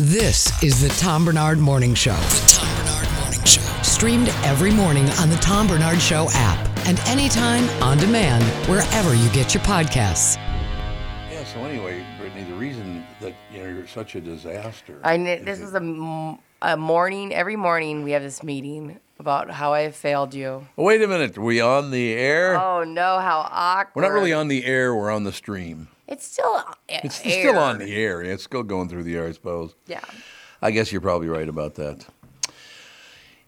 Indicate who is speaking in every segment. Speaker 1: This is the Tom Bernard Morning Show. The Tom Bernard Morning Show. Streamed every morning on the Tom Bernard Show app and anytime on demand wherever you get your podcasts.
Speaker 2: Yeah. So anyway, Brittany, the reason that you know you're such a disaster.
Speaker 3: I kn-
Speaker 2: Mm-hmm.
Speaker 3: this is a, m- a morning. Every morning we have this meeting about how I have failed you.
Speaker 2: Oh, Wait a minute. Are we on the air?
Speaker 3: Oh no, how awkward!
Speaker 2: we're not really on the air. We're on the stream.
Speaker 3: It's still.
Speaker 2: It's still on the air. It's still going through the air, I suppose.
Speaker 3: Yeah.
Speaker 2: I guess you're probably right about that.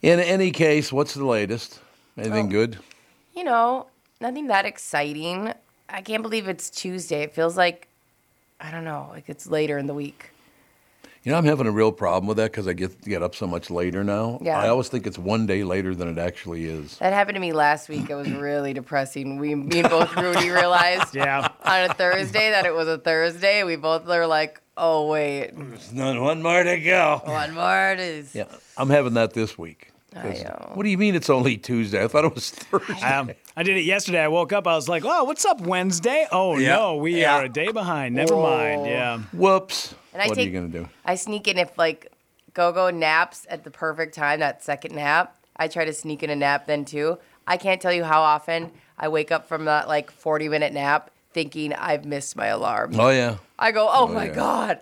Speaker 2: In any case, what's the latest? Anything
Speaker 3: Oh.
Speaker 2: good?
Speaker 3: You know, nothing that exciting. I can't believe it's Tuesday. It feels like, I don't know, like it's later in the week.
Speaker 2: You know, I'm having a real problem with that because I get get up so much later now.
Speaker 3: Yeah.
Speaker 2: I always think it's one day later than it actually is.
Speaker 3: That happened to me last week. It was really depressing. We, me and both Rudy realized
Speaker 4: Yeah.
Speaker 3: on a Thursday that it was a Thursday. We both were like, oh wait,
Speaker 2: There's not one more to go.
Speaker 3: one more is.
Speaker 2: Yeah, I'm having that this week. 'Cause
Speaker 3: know.
Speaker 2: What do you mean it's only Tuesday? I thought it was Thursday.
Speaker 4: Um, I did it yesterday. I woke up. I was like, "Oh, what's up, Wednesday? Oh
Speaker 2: Yeah.
Speaker 4: no, we
Speaker 2: Yeah.
Speaker 4: are a day behind. Never
Speaker 3: Oh.
Speaker 4: mind." Yeah.
Speaker 2: Whoops.
Speaker 3: And I
Speaker 2: what are you
Speaker 3: take-
Speaker 2: going to do?
Speaker 3: I sneak in if like Gogo naps at the perfect time, that second nap. I try to sneak in a nap then too. I can't tell you how often I wake up from that like 40 minute nap thinking I've missed my alarm.
Speaker 2: Oh, yeah.
Speaker 3: I go, oh, my
Speaker 2: yeah.
Speaker 3: God.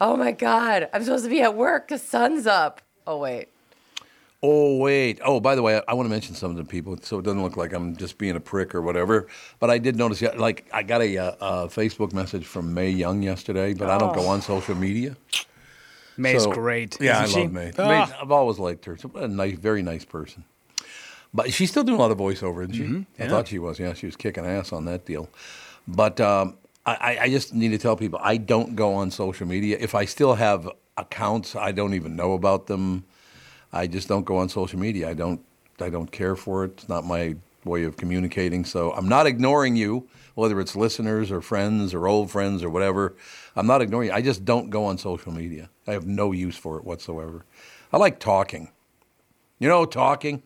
Speaker 3: Oh my God. I'm supposed to be at work. The sun's up. Oh, wait.
Speaker 2: Oh, wait. Oh, by the way, I, I want to mention something to people so it doesn't look like I'm just being a prick or whatever. But I did notice, yeah, like, I got a, uh, uh Facebook message from May Young yesterday, but I don't
Speaker 3: Oh.
Speaker 2: go on social media.
Speaker 4: May's
Speaker 2: So-
Speaker 4: great.
Speaker 2: Yeah,
Speaker 4: isn't
Speaker 2: I
Speaker 4: she?
Speaker 2: love May.
Speaker 3: Oh.
Speaker 4: Ah.
Speaker 2: May- I've always liked her. She's a nice, very nice person. But she's still doing a lot of voiceover, isn't she?
Speaker 4: Mm-hmm.
Speaker 2: I thought she was. Yeah, she was kicking ass on that deal. But um, I- I, I just need to tell people I don't go on social media. If I still have accounts, I don't even know about them. I just don't go on social media. I don't. I don't care for it. It's not my way of communicating. So I'm not ignoring you, whether it's listeners or friends or old friends or whatever. I'm not ignoring you. I just don't go on social media. I have no use for it whatsoever. I like talking. You know, talking.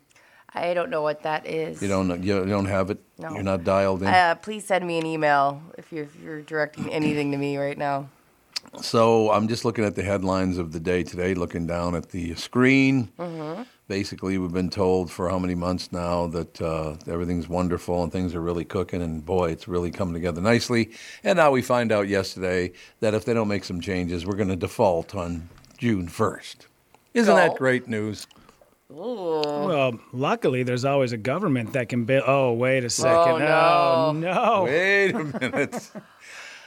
Speaker 3: I don't know what that is.
Speaker 2: You don't. You don't have it.
Speaker 3: No.
Speaker 2: You're not dialed in.
Speaker 3: Uh, please send me an email if you're, if you're directing anything to me right now.
Speaker 2: So I'm just looking at the headlines of the day today, looking down at the screen. Basically, we've been told for how many months now that uh, everything's wonderful and things are really cooking, and boy, it's really coming together nicely. And now we find out yesterday that if they don't make some changes, we're going to default on June 1st. Isn't that
Speaker 3: Gulp.
Speaker 2: great news?
Speaker 3: Ooh.
Speaker 4: Well, luckily, there's always a government that can build. Oh, wait a second.
Speaker 3: Oh, no.
Speaker 4: no.
Speaker 2: Wait a minute.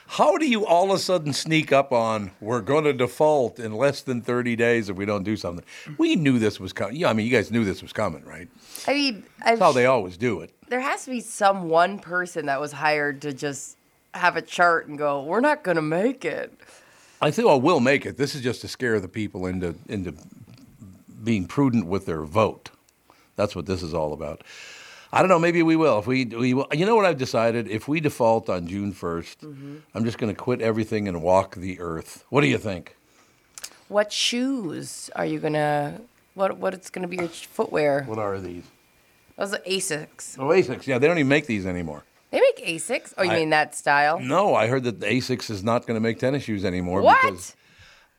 Speaker 2: How do you all of a sudden sneak up on we're going to default in less than 30 days if we don't do something? We knew this was coming. Yeah, I mean, you guys knew this was coming, right?
Speaker 3: I mean,
Speaker 2: That's how they always do it.
Speaker 3: there has to be some one person that was hired to just have a chart and go, we're not going to make it.
Speaker 2: I think, well, we'll make it. This is just to scare the people into into being prudent with their vote. That's what this is all about. I don't know. Maybe we will. If we, we will, you know what I've decided? If we default on June 1st, I'm just going to quit everything and walk the earth. What do you think?
Speaker 3: What shoes are you going to, what, what it's going to be your footwear?
Speaker 2: What are these?
Speaker 3: Those are Asics.
Speaker 2: Oh, Asics. Yeah, they don't even make these anymore.
Speaker 3: They make Asics. Oh, you
Speaker 2: I-
Speaker 3: mean that style?
Speaker 2: No, I heard that Asics is not going to make tennis shoes anymore.
Speaker 3: what?
Speaker 2: Because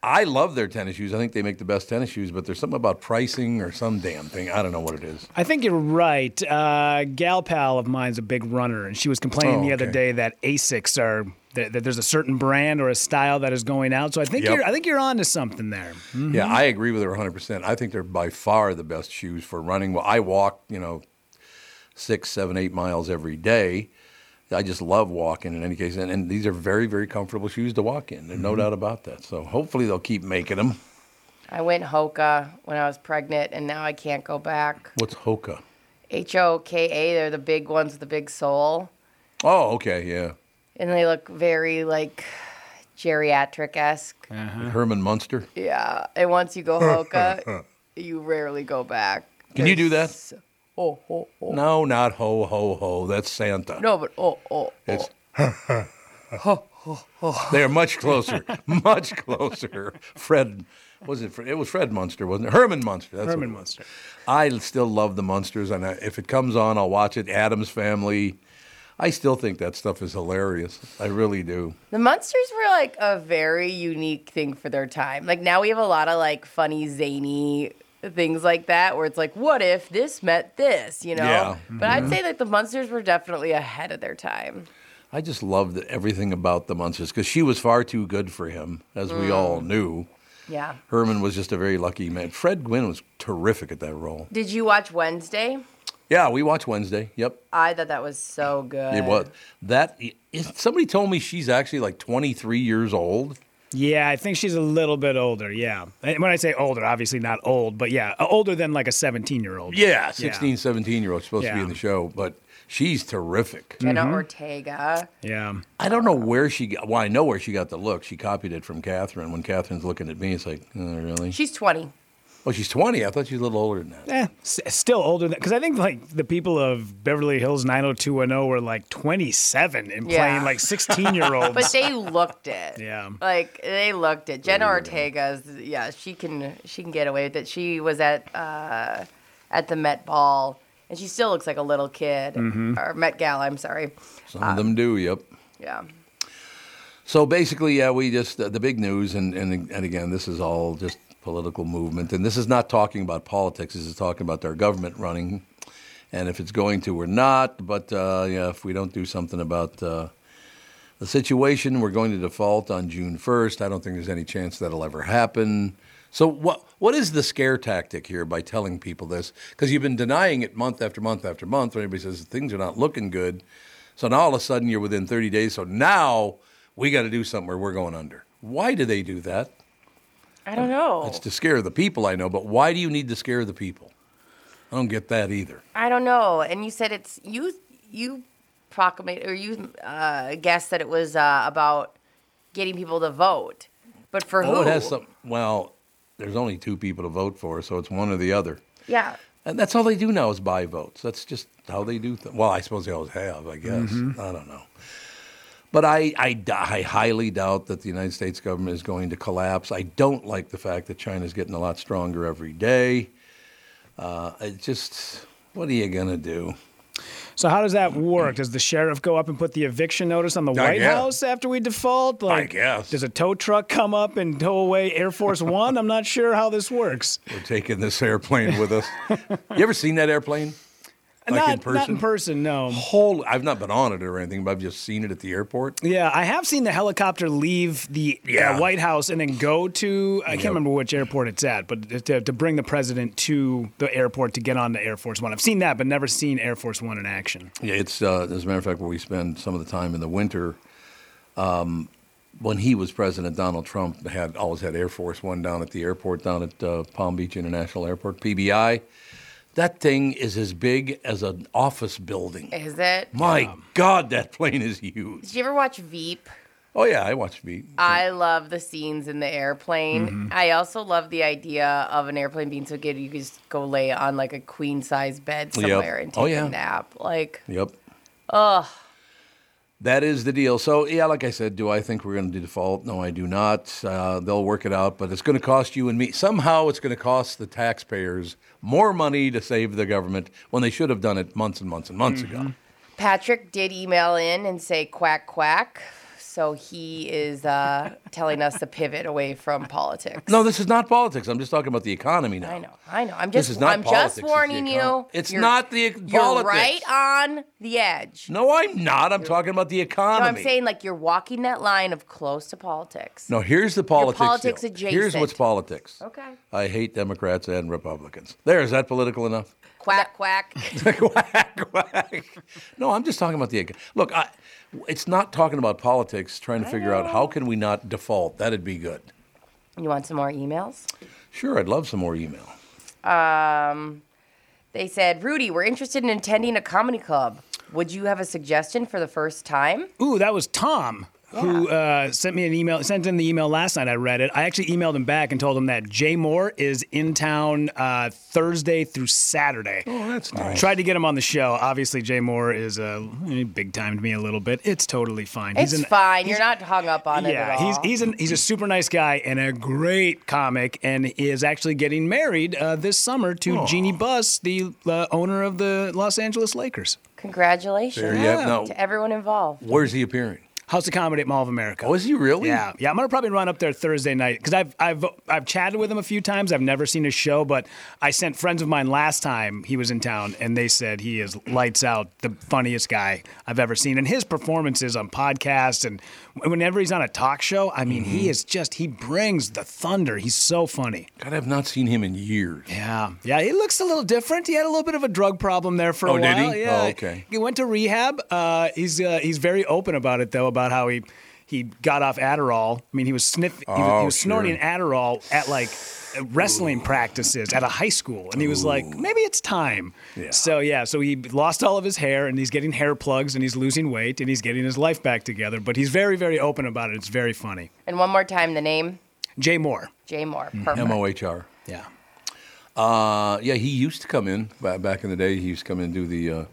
Speaker 2: I love their tennis shoes. I think they make the best tennis shoes, but there's something about pricing or some damn thing. I don't know what it is.
Speaker 4: I think you're right. Uh, gal pal of mine's a big runner, and she was complaining
Speaker 2: Oh,
Speaker 4: the other
Speaker 2: okay.
Speaker 4: day that Asics are that, that there's a certain brand or a style that is going out. So I think
Speaker 2: Yep.
Speaker 4: you're I think you're onto something there.
Speaker 2: Yeah, I agree with her 100%. I think they're by far the best shoes for running. Well, I walk, you know, six, seven, eight miles every day. I just love walking in any case. And, and these are very, very comfortable shoes to walk in. There's no doubt about that. So hopefully they'll keep making them.
Speaker 3: I went Hoka when I was pregnant and now I can't go back.
Speaker 2: What's Hoka?
Speaker 3: H O K A, they're the big ones with the big sole.
Speaker 2: Oh, okay. Yeah.
Speaker 3: And they look very like geriatric esque.
Speaker 2: Herman Munster.
Speaker 3: Yeah. And once you go Hoka, you rarely go back.
Speaker 2: Can you do that?
Speaker 3: There's- Oh, oh, oh.
Speaker 2: No, not ho ho ho. That's Santa.
Speaker 3: No, but oh, oh, oh.
Speaker 2: It's they are much closer, much closer. Fred was it? Fred, it was Fred Munster, wasn't it? Herman Munster. That's what
Speaker 4: Herman
Speaker 2: it was.
Speaker 4: Munster.
Speaker 2: I still love the Munsters, and I, if it comes on, I'll watch it. Adam's Family. I still think that stuff is hilarious. I really do.
Speaker 3: The Munsters were like a very unique thing for their time. Like now we have a lot of like funny, zany things like that where it's like, what if this meant this, you know?
Speaker 2: Yeah. Mm-hmm.
Speaker 3: But I'd say that the Munsters were definitely ahead of their time.
Speaker 2: I just loved everything about the Munsters because she was far too good for him, as we
Speaker 4: Mm.
Speaker 2: all knew.
Speaker 3: Yeah.
Speaker 2: Herman was just a very lucky man. Fred Gwynn was terrific at that role.
Speaker 3: Did you watch Wednesday?
Speaker 2: Yeah, we watched Wednesday. Yep,
Speaker 3: I thought that was so good.
Speaker 2: it was that. is- Somebody told me she's actually like 23 years old.
Speaker 4: Yeah, I think she's a little bit older. Yeah. And when I say older, obviously not old, but yeah, uh, older than like a 17 year old.
Speaker 2: Yeah, 16, 17 year old supposed to be
Speaker 4: Yeah.
Speaker 2: in the show, but she's terrific.
Speaker 3: Jenna Ortega.
Speaker 4: Yeah.
Speaker 2: I don't know where she got. Well, I know where she got the look. She copied it from Catherine. When Catherine's looking at me, it's like, oh, really?
Speaker 3: She's 20.
Speaker 2: oh, she's 20. I thought she was a little older than that.
Speaker 4: Eh, s- still older than because I think like the people of Beverly Hills 90210 were like 27 and
Speaker 3: Yeah.
Speaker 4: playing like 16 year olds.
Speaker 3: But they looked it.
Speaker 4: Yeah.
Speaker 3: Like they looked it. Jenna Ortega's yeah, she can she can get away with it. She was at uh, at the Met Ball and she still looks like a little kid.
Speaker 2: Mm-hmm.
Speaker 3: Or Met Gala, I'm sorry.
Speaker 2: Some of them do, yep.
Speaker 3: Yeah.
Speaker 2: So basically, yeah, we just, uh, the big news, and, and, and again, this is all just political movement. And this is not talking about politics, this is talking about their government running. And if it's going to or not, but uh, yeah, if we don't do something about uh, the situation, we're going to default on June 1st. I don't think there's any chance that'll ever happen. So, what, what is the scare tactic here by telling people this? Because you've been denying it month after month after month when everybody says things are not looking good. So now all of a sudden you're within 30 days. So now we got to do something or we're going under. Why do they do that?
Speaker 3: I don't know.
Speaker 2: It's to scare the people, I know, but why do you need to scare the people? I don't get that either.
Speaker 3: I don't know. And you said it's you you proclamate or you uh, guessed that it was uh, about getting people to vote, but for who?
Speaker 2: Oh, it has some. Well, there's only two people to vote for, so it's one or the other.
Speaker 3: Yeah.
Speaker 2: And that's all they do now is buy votes. That's just how they do things. Well, I suppose they always have, I guess. I don't know. But I, I, d- I highly doubt that the United States government is going to collapse. I don't like the fact that China's getting a lot stronger every day. Uh, it just, what are you going to do?
Speaker 4: so how does that work? Does the sheriff go up and put the eviction notice on the
Speaker 2: I
Speaker 4: White
Speaker 2: guess.
Speaker 4: House after we default? Like,
Speaker 2: guess.
Speaker 4: Does a tow truck come up and tow away Air Force One? I'm not sure how this works.
Speaker 2: We're taking this airplane with us. you ever seen that airplane? Like
Speaker 4: not,
Speaker 2: in
Speaker 4: not
Speaker 2: person?
Speaker 4: in person, no.
Speaker 2: Whole, I've not been on it or anything, but I've just seen it at the airport.
Speaker 4: Yeah, I have seen the helicopter leave the uh,
Speaker 2: Yeah.
Speaker 4: White House and then go to, I can't
Speaker 2: Yep.
Speaker 4: remember which airport it's at, but to, to bring the president to the airport to get on to Air Force One. I've seen that, but never seen Air Force One in action.
Speaker 2: Yeah, it's uh, as a matter of fact where we spend some of the time in the winter. Um, when he was president, Donald Trump had always had Air Force One down at the airport down at uh, Palm Beach International Airport (PBI). That thing is as big as an office building.
Speaker 3: Is it?
Speaker 2: My God, that plane is huge.
Speaker 3: Did you ever watch Veep?
Speaker 2: Oh yeah, I watched me.
Speaker 3: I love the scenes in the airplane.
Speaker 2: Mm-hmm.
Speaker 3: I also love the idea of an airplane being so good you could just go lay on like a queen size bed
Speaker 2: Yep.
Speaker 3: somewhere and take
Speaker 2: Oh, yeah.
Speaker 3: a nap. Like
Speaker 2: Yep. Ugh. That is the deal. So, yeah, like I said, do I think we're going to default? No, I do not. Uh, they'll work it out, but it's going to cost you and me. Somehow it's going to cost the taxpayers more money to save the government when they should have done it months and months and months ago.
Speaker 3: Mm-hmm. Patrick did email in and say quack quack. So he is uh, telling us to pivot away from politics.
Speaker 2: No, this is not politics. I'm just talking about the economy now.
Speaker 3: I know, I know. I'm just
Speaker 2: This is not
Speaker 3: I'm
Speaker 2: politics,
Speaker 3: just
Speaker 2: it's the
Speaker 3: warning you.
Speaker 2: econ- It's
Speaker 3: you're-
Speaker 2: not the
Speaker 3: You're
Speaker 2: politics.
Speaker 3: right on the edge.
Speaker 2: No, I'm not. I'm talking about the
Speaker 3: No,
Speaker 2: economy.
Speaker 3: I'm saying like you're walking that line of close to politics.
Speaker 2: No, here's the politics.
Speaker 3: politics
Speaker 2: deal. Here's
Speaker 3: adjacent.
Speaker 2: what's politics.
Speaker 3: Okay.
Speaker 2: I hate Democrats and Republicans. There, is that political enough?
Speaker 3: Quack quack.
Speaker 2: Quack, quack. No, I'm just talking about the look. I, it's not talking about politics. Trying to figure out how can we not default. That'd be good.
Speaker 3: you want some more emails?
Speaker 2: Sure, I'd love some more email.
Speaker 3: They said, Rudy, we're interested in attending a comedy club. Would you have a suggestion for the first time?
Speaker 4: Ooh, that was Tom.
Speaker 2: Ah.
Speaker 4: who uh, sent me an email, sent in the email last night. I read it. I actually emailed him back and told him that Jay Moore is in town uh, Thursday through Saturday.
Speaker 2: Oh, that's nice.
Speaker 4: Tried to get him on the show. Obviously, Jay Moore is uh, eh, big time to me a little bit. It's totally fine.
Speaker 3: It's
Speaker 4: an-
Speaker 3: fine. You're not hung up on it
Speaker 4: yeah,
Speaker 3: at all.
Speaker 4: he's he's an, he's a super nice guy and a great comic, and he is actually getting married uh, this summer to Jeannie Buss, the uh, owner of the Los Angeles Lakers.
Speaker 3: Congratulations
Speaker 2: There, yeah, no.
Speaker 3: to everyone involved.
Speaker 2: Where's he appearing?
Speaker 4: House of Comedy at Mall of America.
Speaker 2: Oh, is he really?
Speaker 4: Yeah, yeah. I'm gonna probably run up there Thursday night because I've I've I've chatted with him a few times. I've never seen his show, but I sent friends of mine last time he was in town, and they said he is lights out, the funniest guy I've ever seen. And his performances on podcasts and whenever he's on a talk show, I mean, he is just he brings the thunder. He's so funny.
Speaker 2: God, I've not seen him in years.
Speaker 4: Yeah, yeah. He looks a little different. He had a little bit of a drug problem there for a
Speaker 2: Oh, did
Speaker 4: while.
Speaker 2: he?
Speaker 4: Yeah.
Speaker 2: Oh, okay.
Speaker 4: He went to rehab. Uh, he's uh, he's very open about it though, about how he he got off Adderall. I mean, he was sniffing. he was, he
Speaker 2: Oh,
Speaker 4: was snorting
Speaker 2: sure.
Speaker 4: Adderall at like wrestling practices at a high school, and he was like, maybe it's time.
Speaker 2: Yeah.
Speaker 4: So yeah, so he lost all of his hair, and he's getting hair plugs, and he's losing weight, and he's getting his life back together. But he's very very open about it. It's very funny.
Speaker 3: And one more time, the name
Speaker 4: Jay Moore.
Speaker 3: Jay Moore. Perfect.
Speaker 2: Mm-hmm. M O H R.
Speaker 4: Yeah.
Speaker 2: Uh, yeah, he used to come in ba- back in the day. He used to come in and do the. Uh,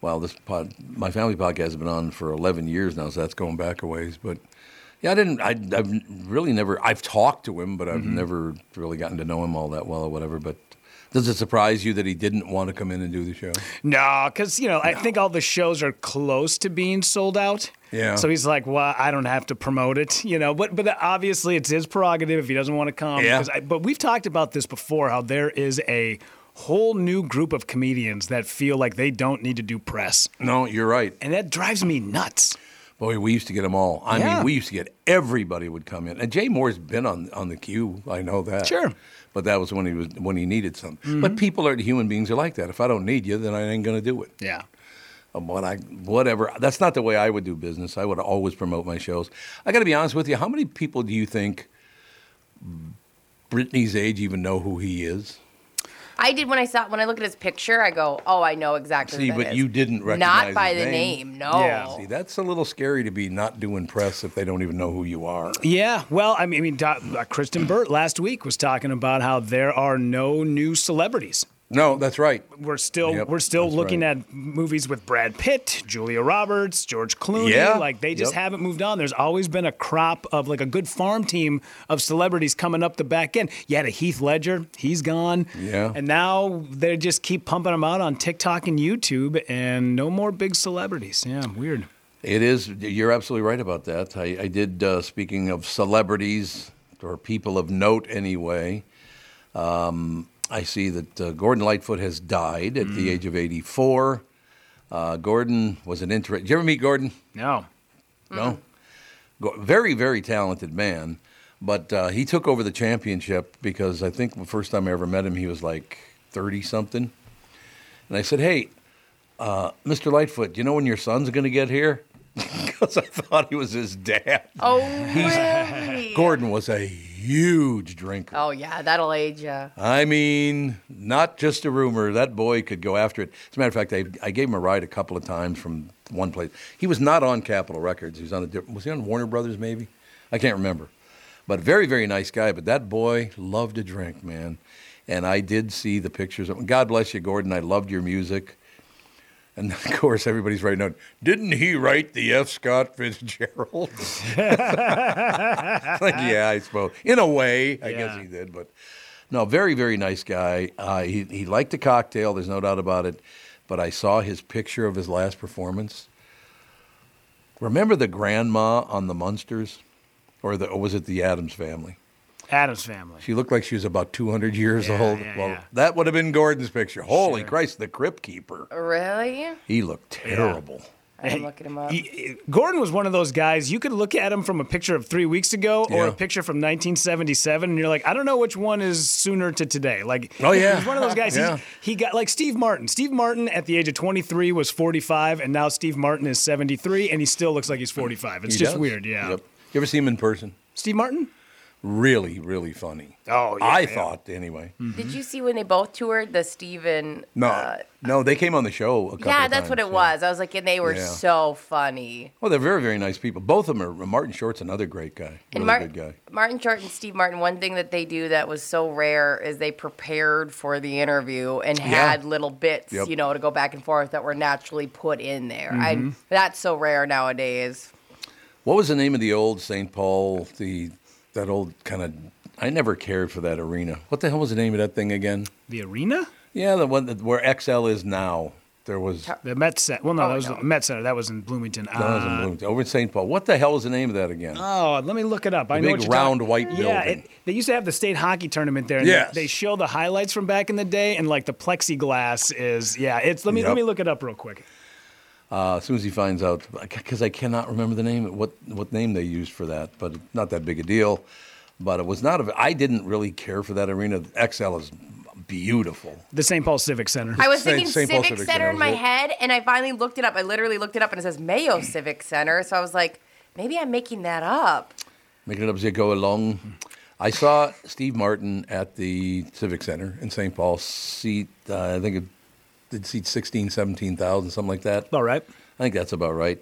Speaker 2: well, this pod, my family podcast has been on for 11 years now, so that's going back a ways. But yeah, I didn't. I, I've really never. I've talked to him, but I've never really gotten to know him all that well or whatever. But does it surprise you that he didn't want to come in and do the show?
Speaker 4: No, because you know I think all the shows are close to being sold out.
Speaker 2: Yeah.
Speaker 4: So he's like, "Well, I don't have to promote it," you know. But but obviously, it's his prerogative if he doesn't want to come.
Speaker 2: Yeah.
Speaker 4: 'Cause I, but we've talked about this before. How there is a whole new group of comedians that feel like they don't need to do press,
Speaker 2: No, you're right.
Speaker 4: and that drives me nuts.
Speaker 2: Boy, we used to get them all. I
Speaker 4: Yeah.
Speaker 2: mean, we used to get everybody would come in. And Jay Moore's been on on the queue. I know that.
Speaker 4: Sure. Mm-hmm.
Speaker 2: But that was when he was when he needed something. But people are human beings are like that. If I don't need you, then I ain't gonna do it.
Speaker 4: Yeah.
Speaker 2: Um, What I whatever. That's not the way I would do business. I would always promote my shows. I got to be honest with you. How many people do you think Britney's age even know who he is?
Speaker 3: I did when I saw when I look at his picture, I go, "Oh, I know exactly."
Speaker 2: See,
Speaker 3: who that
Speaker 2: but
Speaker 3: is."
Speaker 2: you didn't
Speaker 3: Not
Speaker 2: recognize
Speaker 3: by
Speaker 2: his
Speaker 3: the
Speaker 2: name.
Speaker 3: name, no.
Speaker 4: Yeah.
Speaker 2: See, that's a little scary to be not doing press if they don't even know who you are.
Speaker 4: Yeah, well, I mean, I mean, doc, uh, Kristen Burt last week was talking about how there are no new celebrities.
Speaker 2: No, that's right.
Speaker 4: we're still
Speaker 2: Yep,
Speaker 4: we're still
Speaker 2: that's
Speaker 4: looking
Speaker 2: right.
Speaker 4: at movies with Brad Pitt, Julia Roberts, George Clooney.
Speaker 2: Yeah,
Speaker 4: Like they just
Speaker 2: yep.
Speaker 4: haven't moved on. There's always been a crop of like a good farm team of celebrities coming up the back end. You had a Heath Ledger, he's gone.
Speaker 2: Yeah.
Speaker 4: And now they just keep pumping them out on TikTok and YouTube and no more big celebrities. Yeah, weird.
Speaker 2: It is. You're absolutely right about that. I, I did. Uh, speaking of celebrities or people of note, anyway, um, I see that uh, Gordon Lightfoot has died at the age of 84. Uh, Gordon was an interesting. Did you ever meet Gordon?
Speaker 4: No.
Speaker 2: No. Go- Very, very talented man. But uh, he took over the championship because I think the first time I ever met him, he was like 30 something. And I said, Hey, uh, Mr. Lightfoot, do you know when your son's going to get here? Because I thought he was his dad.
Speaker 3: Oh, really?
Speaker 2: Gordon was a huge drinker.
Speaker 3: Oh, yeah, that'll age ya.
Speaker 2: I mean, not just a rumor. That boy could go after it. As a matter of fact, I, I gave him a ride a couple of times from one place. He was not on Capitol Records. He was on a different. Was he on Warner Brothers? Maybe I can't remember. But very, very nice guy. But that boy loved to drink, man. And I did see the pictures. Of, God bless you, Gordon. I loved your music. And of course, everybody's writing out, didn't he write the F. Scott Fitzgerald? like, yeah, I suppose. In a way, I guess
Speaker 4: Yeah.
Speaker 2: he did. But no, very, very nice guy. Uh, he, he liked the cocktail, there's no doubt about it. But I saw his picture of his last performance. Remember the grandma on the Munsters? Or, the, or was it the Adams family?
Speaker 4: Adam's family.
Speaker 2: She looked like she was about 200 years
Speaker 4: Yeah,
Speaker 2: old.
Speaker 4: yeah,
Speaker 2: well,
Speaker 4: yeah.
Speaker 2: that would have been Gordon's picture. Holy Christ, the crypt keeper.
Speaker 3: Really?
Speaker 2: He looked terrible.
Speaker 3: I'm looking him up.
Speaker 4: He- Gordon was one of those guys you could look at him from a picture of three weeks ago or
Speaker 2: Yeah.
Speaker 4: a picture from 1977, and you're like, I don't know which one is sooner to today. Like,
Speaker 2: Oh, yeah.
Speaker 4: he's one of those guys.
Speaker 2: Yeah.
Speaker 4: He, he got like Steve Martin. Steve Martin at the age of 23 was 45, and now Steve Martin is 73, and he still looks like he's 45. It's
Speaker 2: He
Speaker 4: just
Speaker 2: does.
Speaker 4: weird, yeah.
Speaker 2: Yep. You ever see him in person?
Speaker 4: Steve Martin?
Speaker 2: really, really funny.
Speaker 4: Oh, yeah,
Speaker 2: I
Speaker 4: yeah. Hmm.
Speaker 2: thought anyway.
Speaker 3: Did you see when they both toured the Steven?
Speaker 2: No,
Speaker 3: uh,
Speaker 2: no, they came on the show. A couple
Speaker 3: yeah, that's what it
Speaker 2: times, yeah.
Speaker 3: was. I was like, and they were
Speaker 2: Yeah.
Speaker 3: so funny.
Speaker 2: Well, they're very, very nice people. Both of them are. Martin Short's another great guy.
Speaker 3: And
Speaker 2: really
Speaker 3: Mar-
Speaker 2: good guy.
Speaker 3: Martin Short and Steve Martin, one thing that they do that was so rare is they prepared for the interview and had little bits,
Speaker 2: Yep.
Speaker 3: you know, to go back and forth that were naturally put in there.
Speaker 2: Mm-hmm.
Speaker 3: And that's so rare nowadays.
Speaker 2: What was the name of the old St. Paul? The that old kind of. I never cared for that arena. What the hell was the name of that thing again?
Speaker 4: The arena?
Speaker 2: Yeah, the one that, where XL is now. There was. That
Speaker 4: The Met Center. Well, no,
Speaker 3: Oh,
Speaker 4: that was
Speaker 3: no.
Speaker 4: the Met Center. That was in Bloomington.
Speaker 2: was in
Speaker 4: Uh,
Speaker 2: Bloomington, over in St. Paul. What the hell was the name of that again?
Speaker 4: Oh, let me look it up. I know
Speaker 2: big
Speaker 4: what you're talking-
Speaker 2: round white
Speaker 4: Yeah,
Speaker 2: building.
Speaker 4: it- they used to have the state hockey tournament there. And they-
Speaker 2: Yes.
Speaker 4: they, show the highlights from back in the day, and like the plexiglass is yeah. It's let me
Speaker 2: Yep.
Speaker 4: let me look it up real quick.
Speaker 2: Uh, as soon as he finds out, because I cannot remember the name, what what name they used for that, but not that big a deal. But it was not. A, I didn't really care for that arena. XL is beautiful.
Speaker 4: The St. Paul Civic Center.
Speaker 3: I was
Speaker 2: Saint-
Speaker 3: thinking
Speaker 2: Saint Paul
Speaker 3: Civic,
Speaker 2: Civic
Speaker 3: Center,
Speaker 2: Center,
Speaker 3: in
Speaker 2: was
Speaker 3: my
Speaker 2: it?
Speaker 3: head, and I finally looked it up. I literally looked it up, and it says Mayo Civic Center. So I was like, maybe I'm making that up.
Speaker 2: Making it up as you go along. I saw Steve Martin at the Civic Center in St. Paul, seat, uh, I think it did seat 16, 17,000, something like that.
Speaker 4: All right.
Speaker 2: I think that's about right.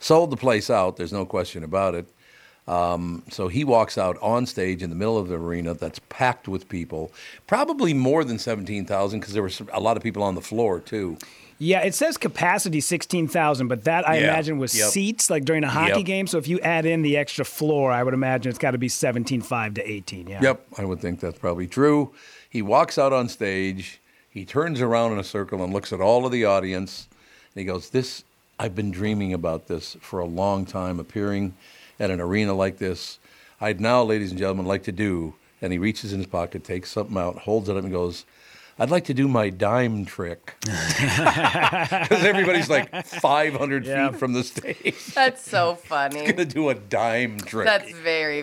Speaker 2: Sold the place out, there's no question about it. Um, so he walks out on stage in the middle of the arena that's packed with people, probably more than 17,000 because there were some- a lot of people on the floor too.
Speaker 4: Yeah, it says capacity sixteen thousand, but that I
Speaker 2: Yeah.
Speaker 4: imagine was
Speaker 2: Yep.
Speaker 4: seats like during a hockey
Speaker 2: Yep.
Speaker 4: game. So if you add in the extra floor, I would imagine it's got to be seventeen five to eighteen. Yeah.
Speaker 2: Yep, I would think that's probably true. He walks out on stage, he turns around in a circle and looks at all of the audience, and he goes, "This I've been dreaming about this for a long time, appearing at an arena like this. I'd now, ladies and gentlemen, like to do." And he reaches in his pocket, takes something out, holds it up, and goes. I'd like to do my dime trick because everybody's like 500
Speaker 4: Yeah.
Speaker 2: feet from the stage.
Speaker 3: That's so funny.
Speaker 2: Gonna do a dime trick.
Speaker 3: That's very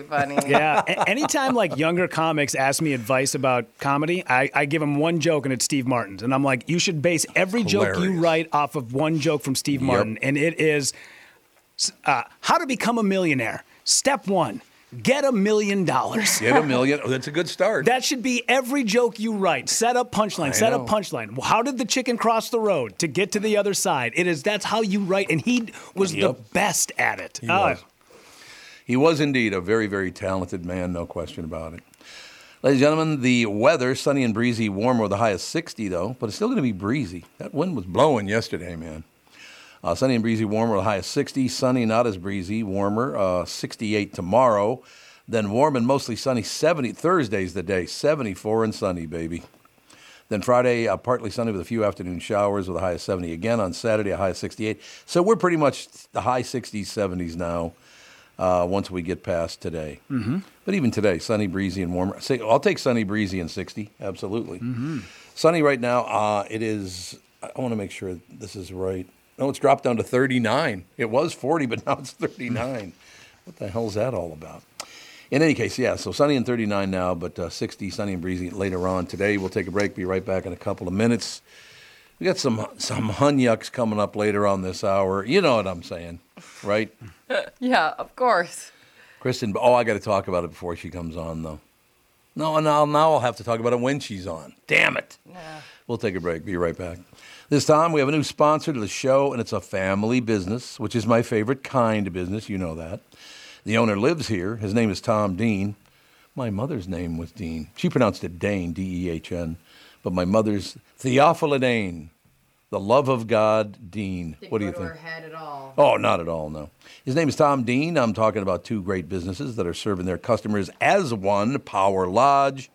Speaker 3: funny.
Speaker 4: Yeah. A- anytime like younger comics ask me advice about comedy, I, I give them one joke and it's Steve Martin's. And I'm like, you should base every joke you
Speaker 2: Hilarious.
Speaker 4: write off of one joke from Steve Martin. And it is s- uh, how to become a millionaire. Step one, get a million dollars.
Speaker 2: Get a million. Oh, that's a good start.
Speaker 4: That should be every joke you write. Set up punchline. Set up
Speaker 2: know.
Speaker 4: punchline. How did the chicken cross the road to get to the other side? It is that's how you write, and he was the
Speaker 2: Yep.
Speaker 4: best at it. Oh,
Speaker 2: He was. He was indeed a very, very talented man, no question about it. Ladies and gentlemen, the weather, sunny and breezy, warm with a high of 60, though, but it's still going to be breezy. That wind was blowing yesterday, man. Uh, sunny and breezy, warmer with a high of 60. Sunny, not as breezy, warmer, uh, 68 tomorrow. Then warm and mostly sunny, 70. Thursday's the day, 74 and sunny, baby. Then Friday, uh, partly sunny with a few afternoon showers with a high of 70 again. On Saturday, a high of 68. So we're pretty much the high 60s, 70s now uh, once we get past today. Mm-hmm. But even today, sunny, breezy, and warmer. Say, I'll take sunny, breezy, and 60, absolutely. Sunny right now, uh, it is, I want to make sure this is right. No, it's dropped down to 39. It was 40, but now it's 39. what the hell's that all about? In any case, yeah, so sunny and 39 now, but uh, 60, sunny and breezy later on today. We'll take a break, be right back in a couple of minutes. We got some some hunyucks coming up later on this hour. You know what I'm saying, right?
Speaker 3: yeah, of course.
Speaker 2: Kristen, oh, I got to talk about it before she comes on, though. No, and I'll, now I'll have to talk about it when she's on. Damn it. We'll take a break. Be right back. This time we have a new sponsor to the show, and it's a family business, which is my favorite kind of business. You know that. The owner lives here. His name is Tom Dean. My mother's name was Dean. She pronounced it Dane, D E H N. But my mother's Theophila Dane, the love of God, Dean. what do you think?
Speaker 3: head at all.
Speaker 2: Oh, not at all, no. His name is Tom Dean. I'm talking about two great businesses that are serving their customers as one Power Lodge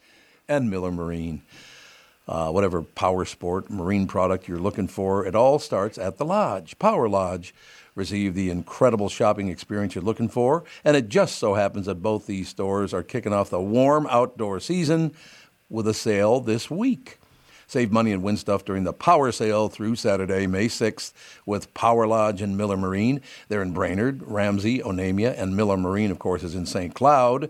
Speaker 2: and Miller Marine. Uh, whatever power sport, marine product you're looking for, it all starts at the Lodge. Power Lodge. Receive the incredible shopping experience you're looking for. And it just so happens that both these stores are kicking off the warm outdoor season with a sale this week. Save money and win stuff during the power sale through Saturday, May 6th, with Power Lodge and Miller Marine. They're in Brainerd, Ramsey, Onamia, and Miller Marine, of course, is in St. Cloud.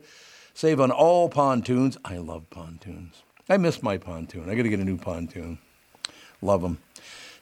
Speaker 2: Save on all pontoons. I love pontoons. I miss my pontoon. I got to get a new pontoon. Love them.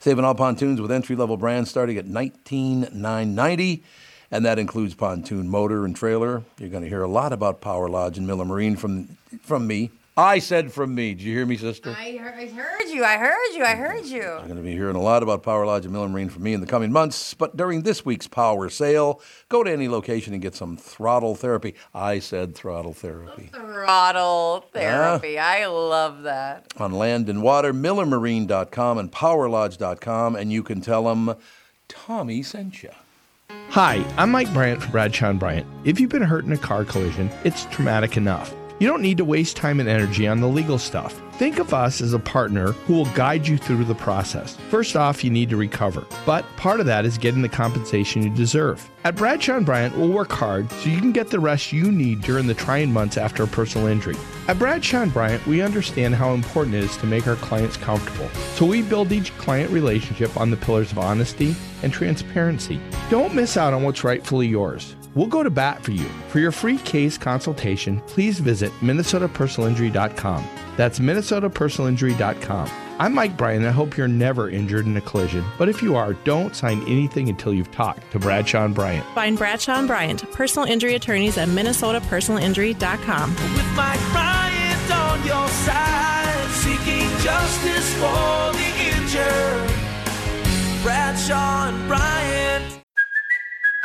Speaker 2: Saving all pontoons with entry level brands starting at 19990 and that includes pontoon motor and trailer. You're going to hear a lot about Power Lodge and Miller Marine from from me. I said from me. Did you hear me, sister?
Speaker 3: I heard, I heard you. I heard you. I heard you.
Speaker 2: I'm going to be hearing a lot about Power Lodge and Miller Marine from me in the coming months. But during this week's Power Sale, go to any location and get some throttle therapy. I said throttle therapy.
Speaker 3: Throttle therapy. I love that.
Speaker 2: on land and water, millermarine.com and powerlodge.com, and you can tell them Tommy sent you.
Speaker 5: Hi, I'm Mike Bryant from Bradshaw and Bryant. If you've been hurt in a car collision, it's traumatic enough. You don't need to waste time and energy on the legal stuff. Think of us as a partner who will guide you through the process. First off, you need to recover, but part of that is getting the compensation you deserve. At Bradshaw and Bryant, we'll work hard so you can get the rest you need during the trying months after a personal injury. At Bradshaw and Bryant, we understand how important it is to make our clients comfortable, so we build each client relationship on the pillars of honesty and transparency. Don't miss out on what's rightfully yours. We'll go to bat for you. For your free case consultation, please visit minnesotapersonalinjury.com. That's minnesotapersonalinjury.com. I'm Mike Bryan. I hope you're never injured in a collision, but if you are, don't sign anything until you've talked to Bradshaw and Bryant.
Speaker 6: Find Bradshaw and Bryant, personal injury attorneys at minnesotapersonalinjury.com.
Speaker 7: with Mike Bryant on your side, seeking justice for the injured. Bradshaw and Bryant.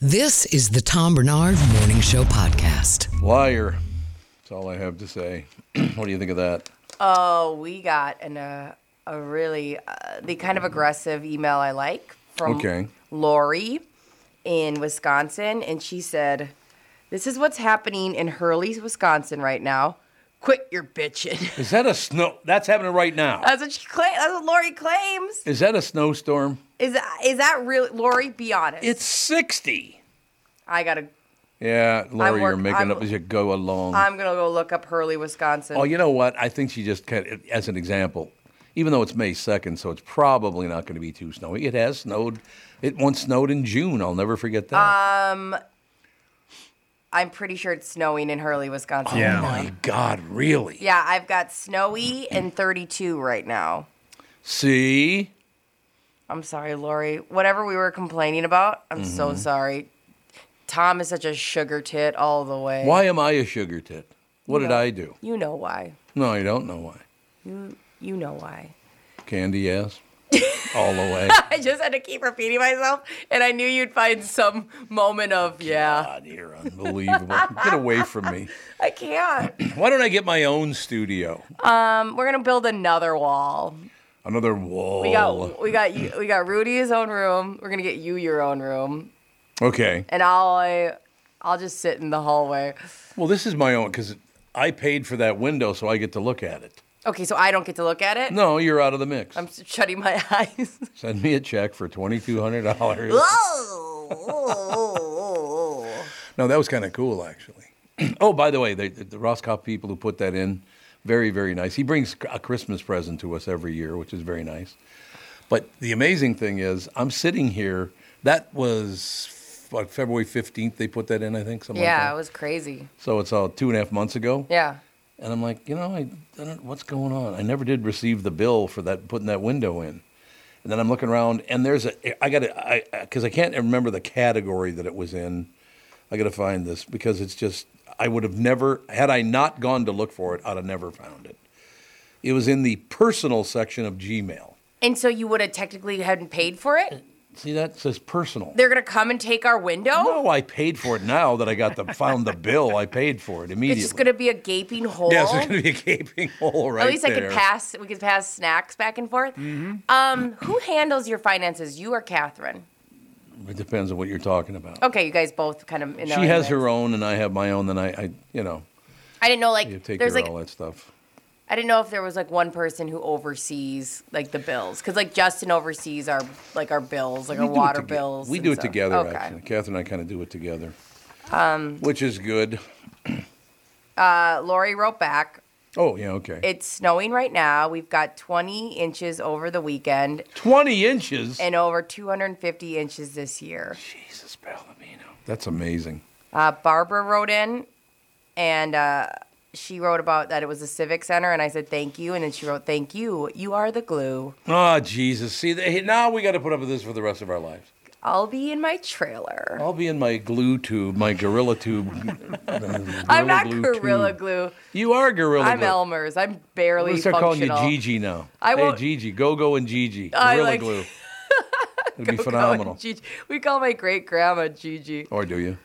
Speaker 1: This is the Tom Bernard Morning Show Podcast.
Speaker 2: Liar. That's all I have to say. what do you think of that?
Speaker 3: Oh, we got an, uh, a really uh, the kind of aggressive email I like from
Speaker 2: Okay.
Speaker 3: Lori in Wisconsin, and she said, "This is what's happening in Hurley, Wisconsin, right now. Quit your bitching."
Speaker 2: Is that a snow? That's happening right now.
Speaker 3: That's what she claims. That's what Lori claims.
Speaker 2: Is that a snowstorm?
Speaker 3: Is that, is that really Lori? Be honest.
Speaker 2: It's 60.
Speaker 3: I gotta.
Speaker 2: Yeah, Lori,
Speaker 3: work-
Speaker 2: you're making
Speaker 3: I'm-
Speaker 2: up as you go along.
Speaker 3: I'm gonna go look up Hurley, Wisconsin.
Speaker 2: oh, you know what? I think she just, kind of, as an example, even though it's May 2nd, so it's probably not going to be too snowy. It has snowed. It once snowed in June. I'll never forget that.
Speaker 3: Uh, I'm pretty sure it's snowing in Hurley, Wisconsin.
Speaker 2: Oh my God, really?
Speaker 3: Yeah, I've got snowy and 32 right now.
Speaker 2: See?
Speaker 3: I'm sorry, Lori. Whatever we were complaining about, I'm so sorry. Tom is such a sugar tit all the way.
Speaker 2: Why am I a sugar tit? What did I do?
Speaker 3: You know why.
Speaker 2: No, I don't know why.
Speaker 3: You know why.
Speaker 2: Candy ass. All the way.
Speaker 3: I just had to keep repeating myself, and I knew you'd find some moment of, yeah,
Speaker 2: God, you're unbelievable. Get away from me.
Speaker 3: I can't.
Speaker 2: Why don't I get my own studio?
Speaker 3: Um, we're gonna build another wall.
Speaker 2: Another wall.
Speaker 3: We got, we got, you, we got Rudy his own room. We're gonna get you your own room,
Speaker 2: Okay.
Speaker 3: and I'll, I, I'll just sit in the hallway.
Speaker 2: Well, this is my own because I paid for that window, so I get to look at it.
Speaker 3: Okay, so I don't get to look at it.
Speaker 2: No, you're out of the mix.
Speaker 3: I'm s- shutting my eyes.
Speaker 2: Send me a check for $2,200. No, that was kind of cool, actually. oh, by the way, the, the Roscoff people who put that in, very, very nice. He brings a Christmas present to us every year, which is very nice. But the amazing thing is, I'm sitting here. That was what, February 15th, they put that in, I think. Something
Speaker 3: yeah, it
Speaker 2: Like
Speaker 3: was crazy.
Speaker 2: that. So it's all two and a half months ago.
Speaker 3: Yeah.
Speaker 2: And I'm like, you know, I, I don't, what's going on? I never did receive the bill for that putting that window in. And then I'm looking around, and there's a I got to I because I can't remember the category that it was in. I got to find this because it's just I would have never had I not gone to look for it, I'd have never found it. It was in the personal section of Gmail. Mm.
Speaker 3: And so you would have technically hadn't paid for it?
Speaker 2: See that says personal.
Speaker 3: They're gonna come and take our window.
Speaker 2: No, I paid for it. Now that I got the found the bill, I paid for it immediately.
Speaker 3: It's just gonna be a gaping hole.
Speaker 2: Yes, it's going to be a gaping hole right
Speaker 3: At least I
Speaker 2: there. Mm-hmm.
Speaker 3: could pass. We could pass snacks back and forth. Um, who handles your finances? You or Catherine?
Speaker 2: It depends on what you're talking about.
Speaker 3: Okay, you guys both kind of. You know,
Speaker 2: she has
Speaker 3: anyways.
Speaker 2: her own, and I have my own. Then I, I you know,
Speaker 3: I didn't know
Speaker 2: you
Speaker 3: like
Speaker 2: take
Speaker 3: there's
Speaker 2: care
Speaker 3: like
Speaker 2: of all that stuff.
Speaker 3: I didn't know if there was like one person who oversees like the bills because like Justin oversees our like our bills like our
Speaker 2: do it
Speaker 3: water
Speaker 2: toge-
Speaker 3: bills.
Speaker 2: We
Speaker 3: and
Speaker 2: do it
Speaker 3: stuff.
Speaker 2: together,
Speaker 3: Okay. Um,
Speaker 2: actually. Catherine and I kind of do it together, which is good.
Speaker 3: Uh, Lori wrote back.
Speaker 2: Oh yeah, okay.
Speaker 3: It's snowing right now. We've got 20 inches over the weekend
Speaker 2: Twenty inches.
Speaker 3: and over 250 inches this year.
Speaker 2: Jesus, Palomino. That's amazing.
Speaker 3: Uh, Barbara wrote in, and uh, she wrote about that it was a civic center, and I said thank you, and then she wrote thank you. You are the glue.
Speaker 2: Oh Jesus! See, they, now we got to put up with this for the rest of our lives.
Speaker 3: I'll be in my trailer.
Speaker 2: I'll be in my glue tube, my gorilla tube.
Speaker 3: I'm
Speaker 2: Gorilla
Speaker 3: not
Speaker 2: Glue
Speaker 3: Gorilla
Speaker 2: tube.
Speaker 3: Glue.
Speaker 2: You are gorilla.
Speaker 3: I'm
Speaker 2: glue.
Speaker 3: Elmer's. I'm
Speaker 2: I'm
Speaker 3: barely
Speaker 2: gonna start calling
Speaker 3: functional.
Speaker 2: you Gigi now.
Speaker 3: I
Speaker 2: hey,
Speaker 3: won't-
Speaker 2: Gigi, go go and Gigi.
Speaker 3: I
Speaker 2: Gorilla
Speaker 3: like-
Speaker 2: glue. It'd be
Speaker 3: Go, go,
Speaker 2: phenomenal.
Speaker 3: Gigi. We call my great grandma Gigi.
Speaker 2: Or do you?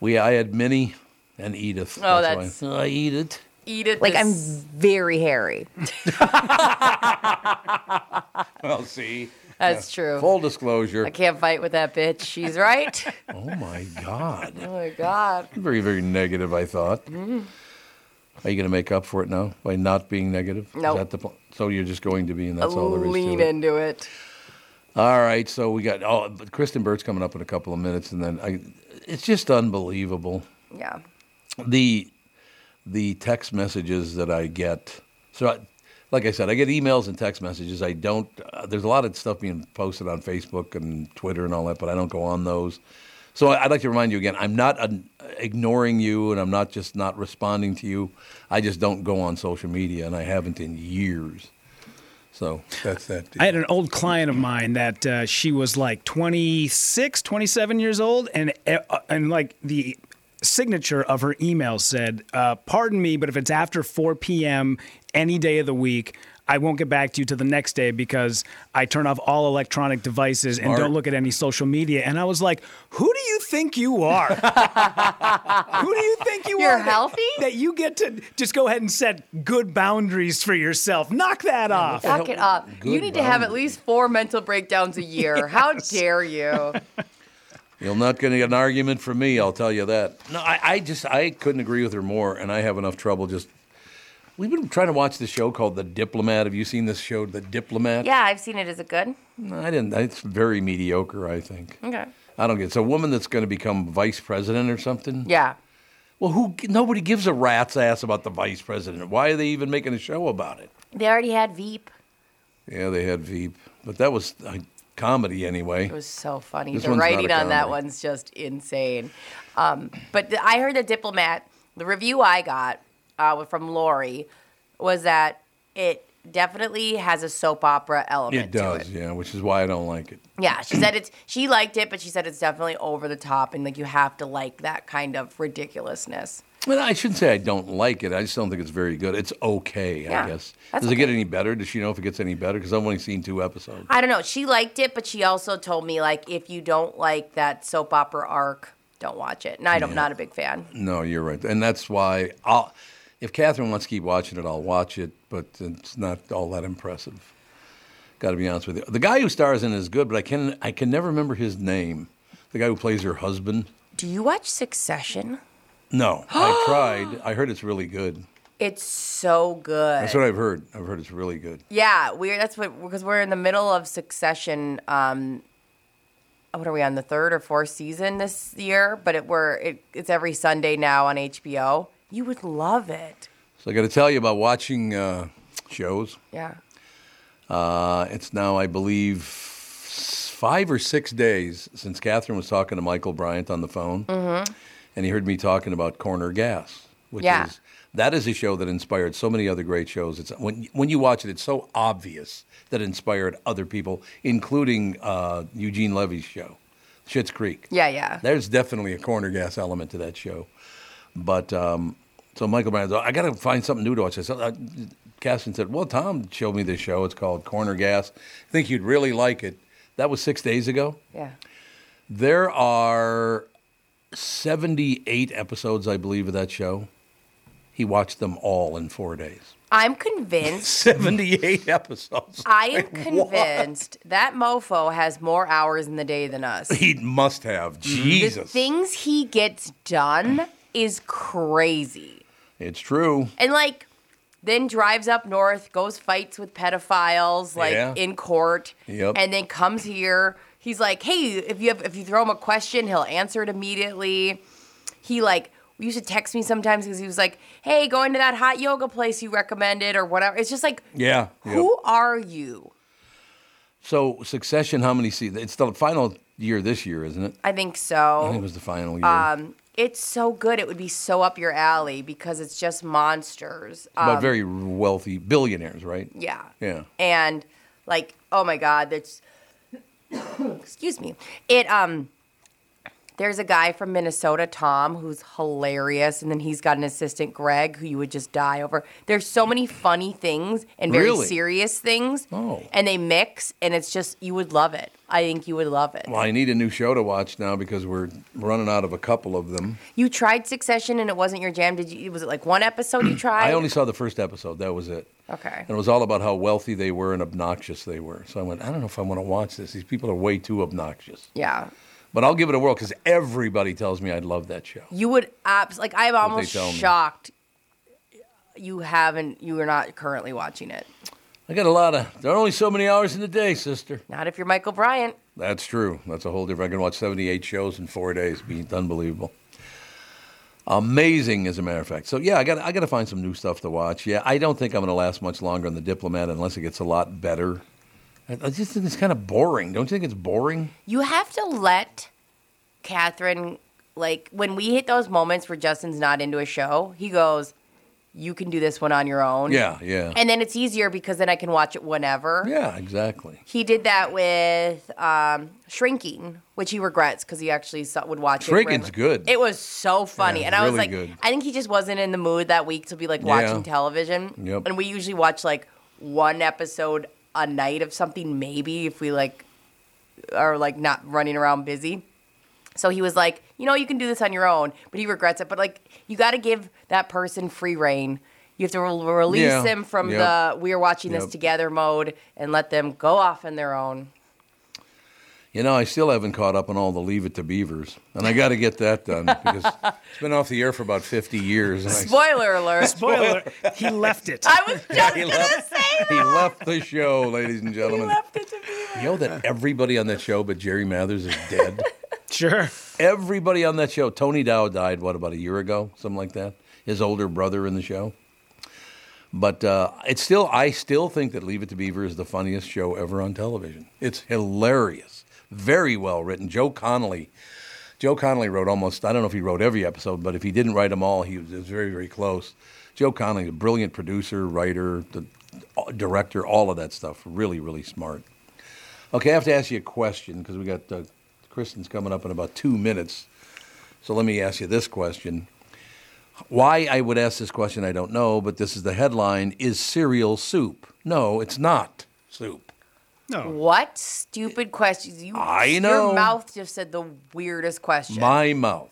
Speaker 2: We I had Minnie and Edith.
Speaker 3: Mm-hmm. Oh,
Speaker 2: why. I eat it.
Speaker 3: Eat it.
Speaker 6: Like, I'm
Speaker 3: very hairy.
Speaker 2: Well, see,
Speaker 3: That's true.
Speaker 2: full disclosure.
Speaker 3: I can't fight with that bitch. She's right.
Speaker 2: Oh my God,
Speaker 3: oh my god.
Speaker 2: very very negative. I thought.
Speaker 3: Mm-hmm.
Speaker 2: Are you going to make up for it now by not being negative? Is
Speaker 3: Nope.
Speaker 2: that the pl- so you're just going to be, and that's all there is
Speaker 3: Lean
Speaker 2: to it.
Speaker 3: into it.
Speaker 2: All right, so we got oh, but Kristen Burt's coming up in a couple of minutes, and then I, it's just unbelievable
Speaker 3: Yeah.
Speaker 2: the the text messages that I get. So, I, like I said, I get emails and text messages. I don't. Uh, there's a lot of stuff being posted on Facebook and Twitter and all that, but I don't go on those. So I, I'd like to remind you again. I'm not uh, ignoring you, and I'm not just not responding to you. I just don't go on social media, and I haven't in years. So that's that. deal.
Speaker 4: I had an old client of mine that uh, she was like 26, 27 years old, and uh, and like the signature of her email said, uh, "Pardon me, but if it's after 4 p.m. any day of the week." I won't get back to you till the next day because I turn off all electronic devices and
Speaker 2: Smart.
Speaker 4: don't look at any social media. And I was like, "Who do you think you are? Who do you think you
Speaker 3: You're
Speaker 4: are? that-
Speaker 3: healthy?
Speaker 4: that you get to just go ahead and set good boundaries for yourself. Knock that off."
Speaker 3: Back it up. You
Speaker 2: Good
Speaker 3: need to have at
Speaker 2: boundaries.
Speaker 3: least four mental breakdowns a year. How dare you?
Speaker 2: You're not going to get an argument from me, I'll tell you that. No, I, I just, I couldn't agree with her more, and I have enough trouble just. We've been trying to watch this show called The Diplomat. Have you seen this show, The Diplomat?
Speaker 3: Yeah, I've seen it. Is it good?
Speaker 2: No, I didn't. It's very mediocre, I think.
Speaker 3: Okay.
Speaker 2: I don't get it. It's a woman that's going to become vice president or something.
Speaker 3: Yeah.
Speaker 2: Well, who? nobody gives a rat's ass about the vice president. Why are they even making a show about it?
Speaker 3: They already had Veep.
Speaker 2: Yeah, they had Veep, but that was uh, comedy anyway.
Speaker 3: It was so funny.
Speaker 2: This
Speaker 3: the
Speaker 2: one's not a
Speaker 3: writing on that
Speaker 2: comedy.
Speaker 3: one's just insane. Um, but the, I heard the diplomat. The review I got uh, from Lori was that it definitely has a soap opera element.
Speaker 2: it
Speaker 3: to
Speaker 2: does, yeah, which is why I don't like it.
Speaker 3: Yeah, she said it's. She liked it, but she said it's definitely over the top, and like you have to like that kind of ridiculousness.
Speaker 2: Well, I shouldn't say I don't like it. I just don't think it's very good. It's okay, I
Speaker 3: Yeah,
Speaker 2: guess.
Speaker 3: that's
Speaker 2: Does it get
Speaker 3: okay.
Speaker 2: any better? Does she know if it gets any better? Because I've only seen two episodes.
Speaker 3: I don't know. She liked it, but she also told me like if you don't like that soap opera arc, don't watch it. And I'm not a big fan.
Speaker 2: No, you're right, and that's why I'll. If Catherine wants to keep watching it, I'll watch it. But it's not all that impressive. Got to be honest with you. The guy who stars in it is good, but I can I can never remember his name. The guy who plays her husband.
Speaker 3: Do you watch Succession?
Speaker 2: No, I tried. I heard it's really good.
Speaker 3: It's so good.
Speaker 2: That's what I've heard. I've heard it's really good.
Speaker 3: Yeah, we're that's what because we're in the middle of Succession. Um, what are we on the third or fourth season this year? But it we're it, it's every Sunday now on HBO. You would love it.
Speaker 2: So I got to tell you about watching uh, shows.
Speaker 3: Yeah.
Speaker 2: Uh, it's now, I believe, s- five or six days since Catherine was talking to Michael Bryant on the phone, and he heard me talking about Corner Gas, which
Speaker 3: Yeah.
Speaker 2: is that is a show that inspired so many other great shows. It's when when you watch it, it's so obvious that it inspired other people, including uh, Eugene Levy's show, Schitt's Creek.
Speaker 3: Yeah, yeah.
Speaker 2: There's definitely a corner gas element to that show. But um, so Michael Bryan, said, I got to find something new to watch. I said, uh, Caston said, Well, Tom showed me this show. It's called Corner Gas. I think you'd really like it. That was six days ago.
Speaker 3: Yeah.
Speaker 2: There are 78 episodes, I believe, of that show. He watched them all in four days.
Speaker 3: I'm convinced.
Speaker 2: 78 episodes.
Speaker 3: I am
Speaker 2: Like,
Speaker 3: convinced that mofo has more hours in the day than us.
Speaker 2: what? He must have.
Speaker 3: Mm-hmm.
Speaker 2: Jesus.
Speaker 3: Things he gets done is crazy.
Speaker 2: it's true.
Speaker 3: And like then drives up north, goes fights with pedophiles like
Speaker 2: Yeah.
Speaker 3: in court,
Speaker 2: Yep.
Speaker 3: and then comes here. He's like, "Hey, if you have if you throw him a question, he'll answer it immediately." He like used to text me sometimes because he was like, "Hey, go into that hot yoga place you recommended or whatever." It's just like,
Speaker 2: Yeah. yep.
Speaker 3: who are you?
Speaker 2: So, Succession, how many seasons? It's the final year this year, isn't it?
Speaker 3: I
Speaker 2: I
Speaker 3: think
Speaker 2: think
Speaker 3: so.
Speaker 2: it was the final year.
Speaker 3: Um, it's so good. It would be so up your alley because it's just monsters.
Speaker 2: but very wealthy billionaires, right?
Speaker 3: Yeah.
Speaker 2: Yeah.
Speaker 3: And like, oh my God, that's excuse me. It um there's a guy from Minnesota, Tom, who's hilarious, and then he's got an assistant, Greg, who you would just die over. There's so many funny things and very
Speaker 2: Really?
Speaker 3: serious things,
Speaker 2: Oh.
Speaker 3: and they mix, and it's just you would love it. I think you would love it.
Speaker 2: Well, I need a new show to watch now because we're running out of a couple of them.
Speaker 3: You tried Succession, and it wasn't your jam. Did you? Was it like one episode you tried?
Speaker 2: I only saw the first episode. That was it.
Speaker 3: okay.
Speaker 2: And it was all about how wealthy they were and obnoxious they were. So I went, I don't know if I want to watch this. These people are way too obnoxious.
Speaker 3: Yeah.
Speaker 2: But I'll give it a whirl because everybody tells me I'd love that show.
Speaker 3: You would abs like I'm almost
Speaker 2: tell me.
Speaker 3: shocked you haven't you are not currently watching it.
Speaker 2: I got a lot of, there are only so many hours in the day, sister.
Speaker 3: Not if you're Michael Bryant.
Speaker 2: That's true. That's a whole different. I can watch 78 shows in four days. It'd be unbelievable. Amazing, as a matter of fact. So yeah, I got I got to find some new stuff to watch. Yeah, I don't think I'm going to last much longer on the Diplomat unless it gets a lot better. I, I just think it's kind of boring. Don't you think it's boring?
Speaker 3: You have to let Catherine like when we hit those moments where Justin's not into a show, he goes, You can do this one on your own.
Speaker 2: Yeah, yeah,
Speaker 3: And then it's easier because then I can watch it whenever.
Speaker 2: yeah. Exactly.
Speaker 3: He did that with um, Shrinking, which he regrets because he actually saw, would watch it.
Speaker 2: Shrinking's
Speaker 3: randomly.
Speaker 2: good.
Speaker 3: It was so funny.
Speaker 2: Yeah,
Speaker 3: and I was
Speaker 2: really
Speaker 3: like,
Speaker 2: good.
Speaker 3: I think he just wasn't in the mood that week to be like watching
Speaker 2: Yeah.
Speaker 3: television.
Speaker 2: Yep.
Speaker 3: And we usually watch like one episode a night of something, maybe if we like are like not running around busy. So he was like, you know, you can do this on your own, but he regrets it. But like, you got to give that person free reign. You have to re- release
Speaker 2: Yeah.
Speaker 3: them from
Speaker 2: Yep.
Speaker 3: the Uh, we are watching this
Speaker 2: Yep.
Speaker 3: together mode and let them go off on their own.
Speaker 2: You know, I still haven't caught up on all the Leave It to Beavers, and I got to get that done because it's been off the air for about 50 years. and I-
Speaker 3: Spoiler alert.
Speaker 4: Spoiler, he left it.
Speaker 3: I was just
Speaker 2: he
Speaker 3: going to
Speaker 2: left-
Speaker 3: say
Speaker 2: He left the show, ladies and gentlemen.
Speaker 3: left it to be
Speaker 2: You know that everybody on that show but Jerry Mathers is dead?
Speaker 4: Sure.
Speaker 2: everybody on that show, Tony Dow died, what, about a year ago? Something like that. His older brother in the show. But uh, it's still, I still think that Leave It to Beaver is the funniest show ever on television. It's hilarious, very well written. Joe Connolly. Joe Connolly wrote almost, I don't know if he wrote every episode, but if he didn't write them all, he was, it was very, very close. Joe Connolly, a brilliant producer, writer, the, director, all of that stuff. Really, really smart. Okay, I have to ask you a question because we got uh, Kristen's coming up in about two minutes. So let me ask you this question. Why I would ask this question, I don't know, but this is the headline Is cereal soup? No, it's not soup.
Speaker 3: What stupid questions. You,
Speaker 2: Oh. I know.
Speaker 3: Your mouth just said the weirdest question.
Speaker 2: My mouth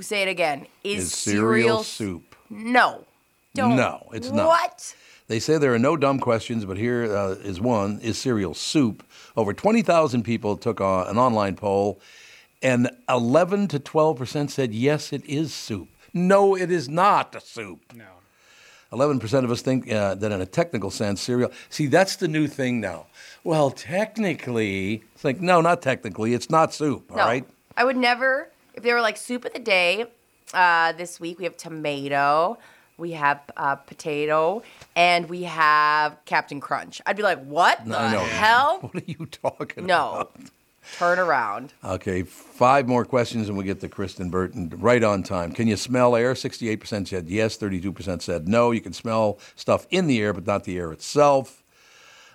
Speaker 3: Say it again. Is,
Speaker 2: is cereal
Speaker 3: s-
Speaker 2: soup.
Speaker 3: No. Don't.
Speaker 2: No, it's not.
Speaker 3: What?
Speaker 2: They say there are no dumb questions, but here uh, is one: Is cereal soup? Over twenty thousand people took on an online poll, and eleven to twelve percent said yes, it is soup. No, it is not a soup. No. Eleven percent of us think uh, that, in a technical sense, cereal. See, that's the new thing now. Well, technically, it's like no, not technically. It's not soup.
Speaker 3: No.
Speaker 2: All right.
Speaker 3: I would never, if they were like soup of the day uh, this week, we have tomato, we have uh, potato, and we have Captain Crunch. I'd be like, what the
Speaker 2: I know.
Speaker 3: hell?
Speaker 2: What are you talking about?
Speaker 3: No. Turn around.
Speaker 2: Okay, five more questions and we get to Kristen Burton right on time. Can you smell air? 68% said yes, 32% said no. You can smell stuff in the air, but not the air itself.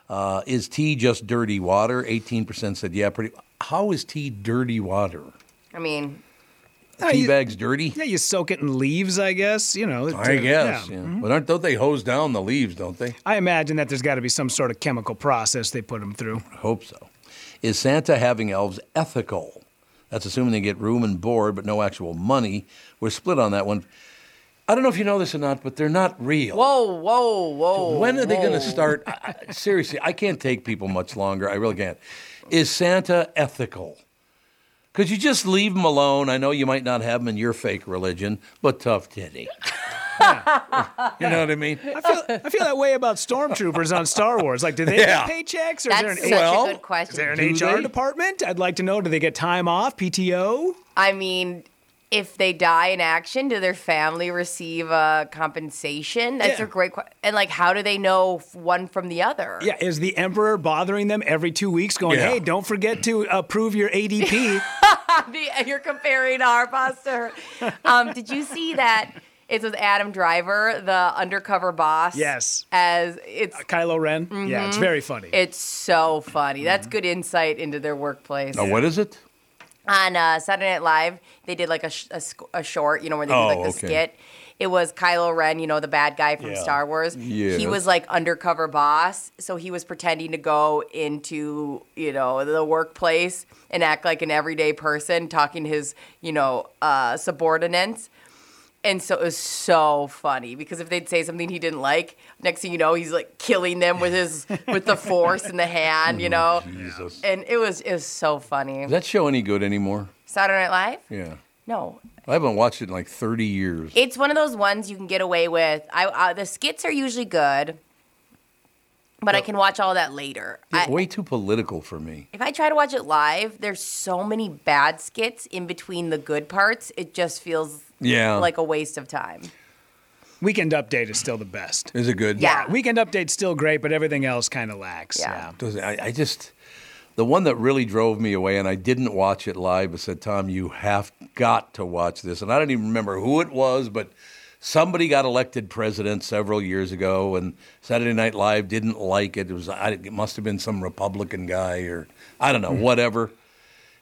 Speaker 2: Uh, is tea just dirty water? 18% said yeah, pretty. How is tea dirty water?
Speaker 3: I mean,
Speaker 2: tea
Speaker 4: you-
Speaker 2: bags dirty?
Speaker 4: Yeah, you soak it in leaves, I guess. You know.
Speaker 2: I
Speaker 4: to-
Speaker 2: guess.
Speaker 4: yeah. Mm-hmm.
Speaker 2: yeah. But aren't, don't they hose down the leaves, don't they?
Speaker 4: I imagine that there's got to be some sort of chemical process they put them through.
Speaker 2: I hope so. Is Santa having elves ethical? That's assuming they get room and board, but no actual money. We're split on that one. I don't know if you know this or not, but they're not real.
Speaker 3: Whoa, oh, whoa, whoa.
Speaker 2: When are they going
Speaker 3: whoa.
Speaker 2: to start? I, I- seriously, I can't take people much longer. I really can't. Is Santa ethical? Could you just leave him alone? I know you might not have him in your fake religion, but tough titty. you know what I mean?
Speaker 4: I feel, I feel that way about stormtroopers on Star Wars. Like, do they
Speaker 2: Yeah.
Speaker 4: get paychecks? Or
Speaker 3: That's
Speaker 4: is
Speaker 3: such
Speaker 4: there an,
Speaker 2: Well,
Speaker 3: a good
Speaker 4: is there
Speaker 3: question.
Speaker 2: Do
Speaker 4: an HR
Speaker 2: they?
Speaker 4: department? I'd like to know. Do they get time off, PTO?
Speaker 3: I mean, if they die in action, do their family receive uh, compensation? That's
Speaker 4: Yeah.
Speaker 3: a great question. And like, how do they know f- one from the other?
Speaker 4: Yeah, is the emperor bothering them every two weeks, going,
Speaker 2: Yeah.
Speaker 4: "Hey, don't forget to approve your ADP"?
Speaker 3: The- You're comparing our posture. Um, did you see that? It's with Adam Driver, the undercover boss.
Speaker 4: Yes.
Speaker 3: As it's
Speaker 4: Kylo Ren.
Speaker 3: Mm-hmm.
Speaker 4: Yeah, it's very funny.
Speaker 3: it's so funny.
Speaker 4: Mm-hmm.
Speaker 3: That's good insight into their workplace.
Speaker 2: Now, what is it?
Speaker 3: on uh, Saturday Night Live, they did like a, sh- a, sc- a short, you know, where they
Speaker 2: Oh,
Speaker 3: did like
Speaker 2: okay.
Speaker 3: the skit. It was Kylo Ren, you know, the bad guy from Star Wars.
Speaker 2: Yes.
Speaker 3: He was like undercover boss, so he was pretending to go into, you know, the workplace and act like an everyday person, talking to his, you know, uh, subordinates. And so it was so funny because if they'd say something he didn't like, next thing you know, he's like killing them with his with the force in the hand,
Speaker 2: Oh,
Speaker 3: you know.
Speaker 2: Jesus.
Speaker 3: And it was it was so funny.
Speaker 2: Is that show any good anymore?
Speaker 3: Saturday Night Live?
Speaker 2: Yeah.
Speaker 3: No.
Speaker 2: I haven't watched it in like 30 years.
Speaker 3: It's one of those ones you can get away with. I uh, the skits are usually good, but I can watch all that later. I,
Speaker 2: It's way too political for me.
Speaker 3: if I try to watch it live, there's so many bad skits in between the good parts. It just feels
Speaker 2: Yeah.
Speaker 3: like a waste of time.
Speaker 4: Weekend Update is still the best.
Speaker 2: Is it good?
Speaker 3: Yeah.
Speaker 4: Weekend Update's still great, but everything else kind of lacks.
Speaker 3: Yeah.
Speaker 4: Yeah.
Speaker 2: Does I, I just the one that really drove me away, and I didn't watch it live, but said, "Tom, you have got to watch this." And I don't even remember who it was, but somebody got elected president several years ago, and Saturday Night Live didn't like it. It was I, it must have been some Republican guy or I don't know, whatever.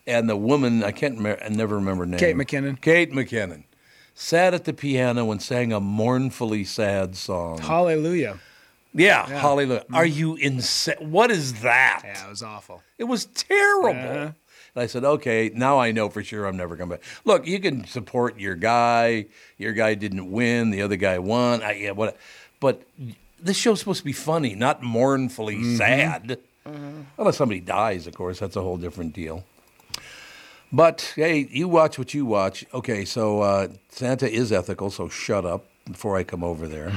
Speaker 2: And the woman I can't remember, I never remember her name.
Speaker 4: Kate McKinnon.
Speaker 2: Kate McKinnon sat at the piano and sang a mournfully sad song.
Speaker 4: Hallelujah.
Speaker 2: Yeah, hallelujah. Are you insane? What is that?
Speaker 4: Yeah, it was awful.
Speaker 2: It was terrible.
Speaker 4: Yeah.
Speaker 2: And I said, okay, now I know for sure I'm never coming back. Look, you can support your guy. Your guy didn't win. The other guy won. I, yeah, what? But this show's supposed to be funny, not mournfully sad. Unless somebody dies, of course, that's a whole different deal. But hey, you watch what you watch. Okay, so uh, Santa is ethical, so shut up before I come over there.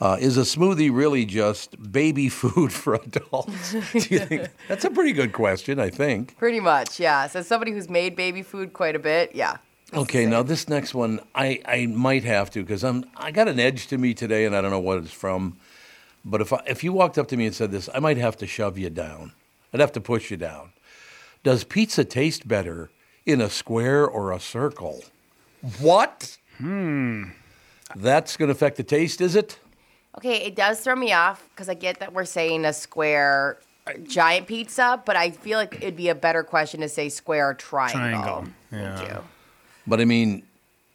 Speaker 2: Uh, is a smoothie really just baby food for adults? Do you think that's a pretty good question? I think.
Speaker 3: Pretty much, yeah. So somebody who's made baby food quite a bit, yeah.
Speaker 2: Okay, now this next one, I, I might have to because I'm I got an edge to me today, and I don't know what it's from. But if I, if you walked up to me and said this, I might have to shove you down. I'd have to push you down. Does pizza taste better in a square or a circle? What? Hmm. That's going to affect the taste, is it?
Speaker 3: Okay, it does throw me off because I get that we're saying a square uh, giant pizza, but I feel like it'd be a better question to say square or triangle.
Speaker 4: Triangle,
Speaker 3: Thank you.
Speaker 2: But I mean,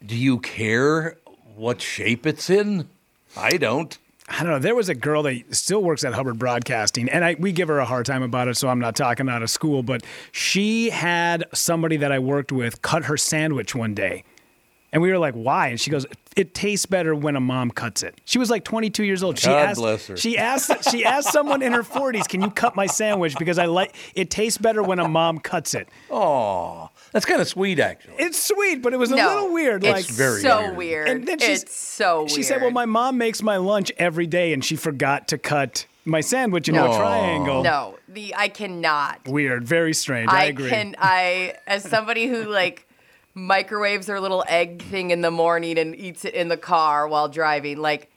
Speaker 2: do you care what shape it's in? I don't.
Speaker 4: I don't know. There was a girl that still works at Hubbard Broadcasting, and I, we give her a hard time about it, so I'm not talking out of school. But she had somebody that I worked with cut her sandwich one day. And we were like, why? And she goes, it tastes better when a mom cuts it. She was like 22 years old. She
Speaker 2: God
Speaker 4: asked,
Speaker 2: bless her.
Speaker 4: She asked, she asked someone in her 40s, can you cut my sandwich? Because I like it tastes better when a mom cuts it.
Speaker 2: That's kind of sweet, actually.
Speaker 4: It's sweet, but it was a
Speaker 3: No,
Speaker 4: little weird.
Speaker 3: It's
Speaker 4: like,
Speaker 2: very
Speaker 3: so
Speaker 2: weird.
Speaker 3: weird.
Speaker 4: And then she's-
Speaker 3: it's so weird.
Speaker 4: She said, "Well, my mom makes my lunch every day, and she forgot to cut my sandwich into a triangle."
Speaker 3: no, the I cannot.
Speaker 4: Weird, very strange. I,
Speaker 3: I,
Speaker 4: agree.
Speaker 3: can. I as somebody who like microwaves their little egg thing in the morning and eats it in the car while driving. Like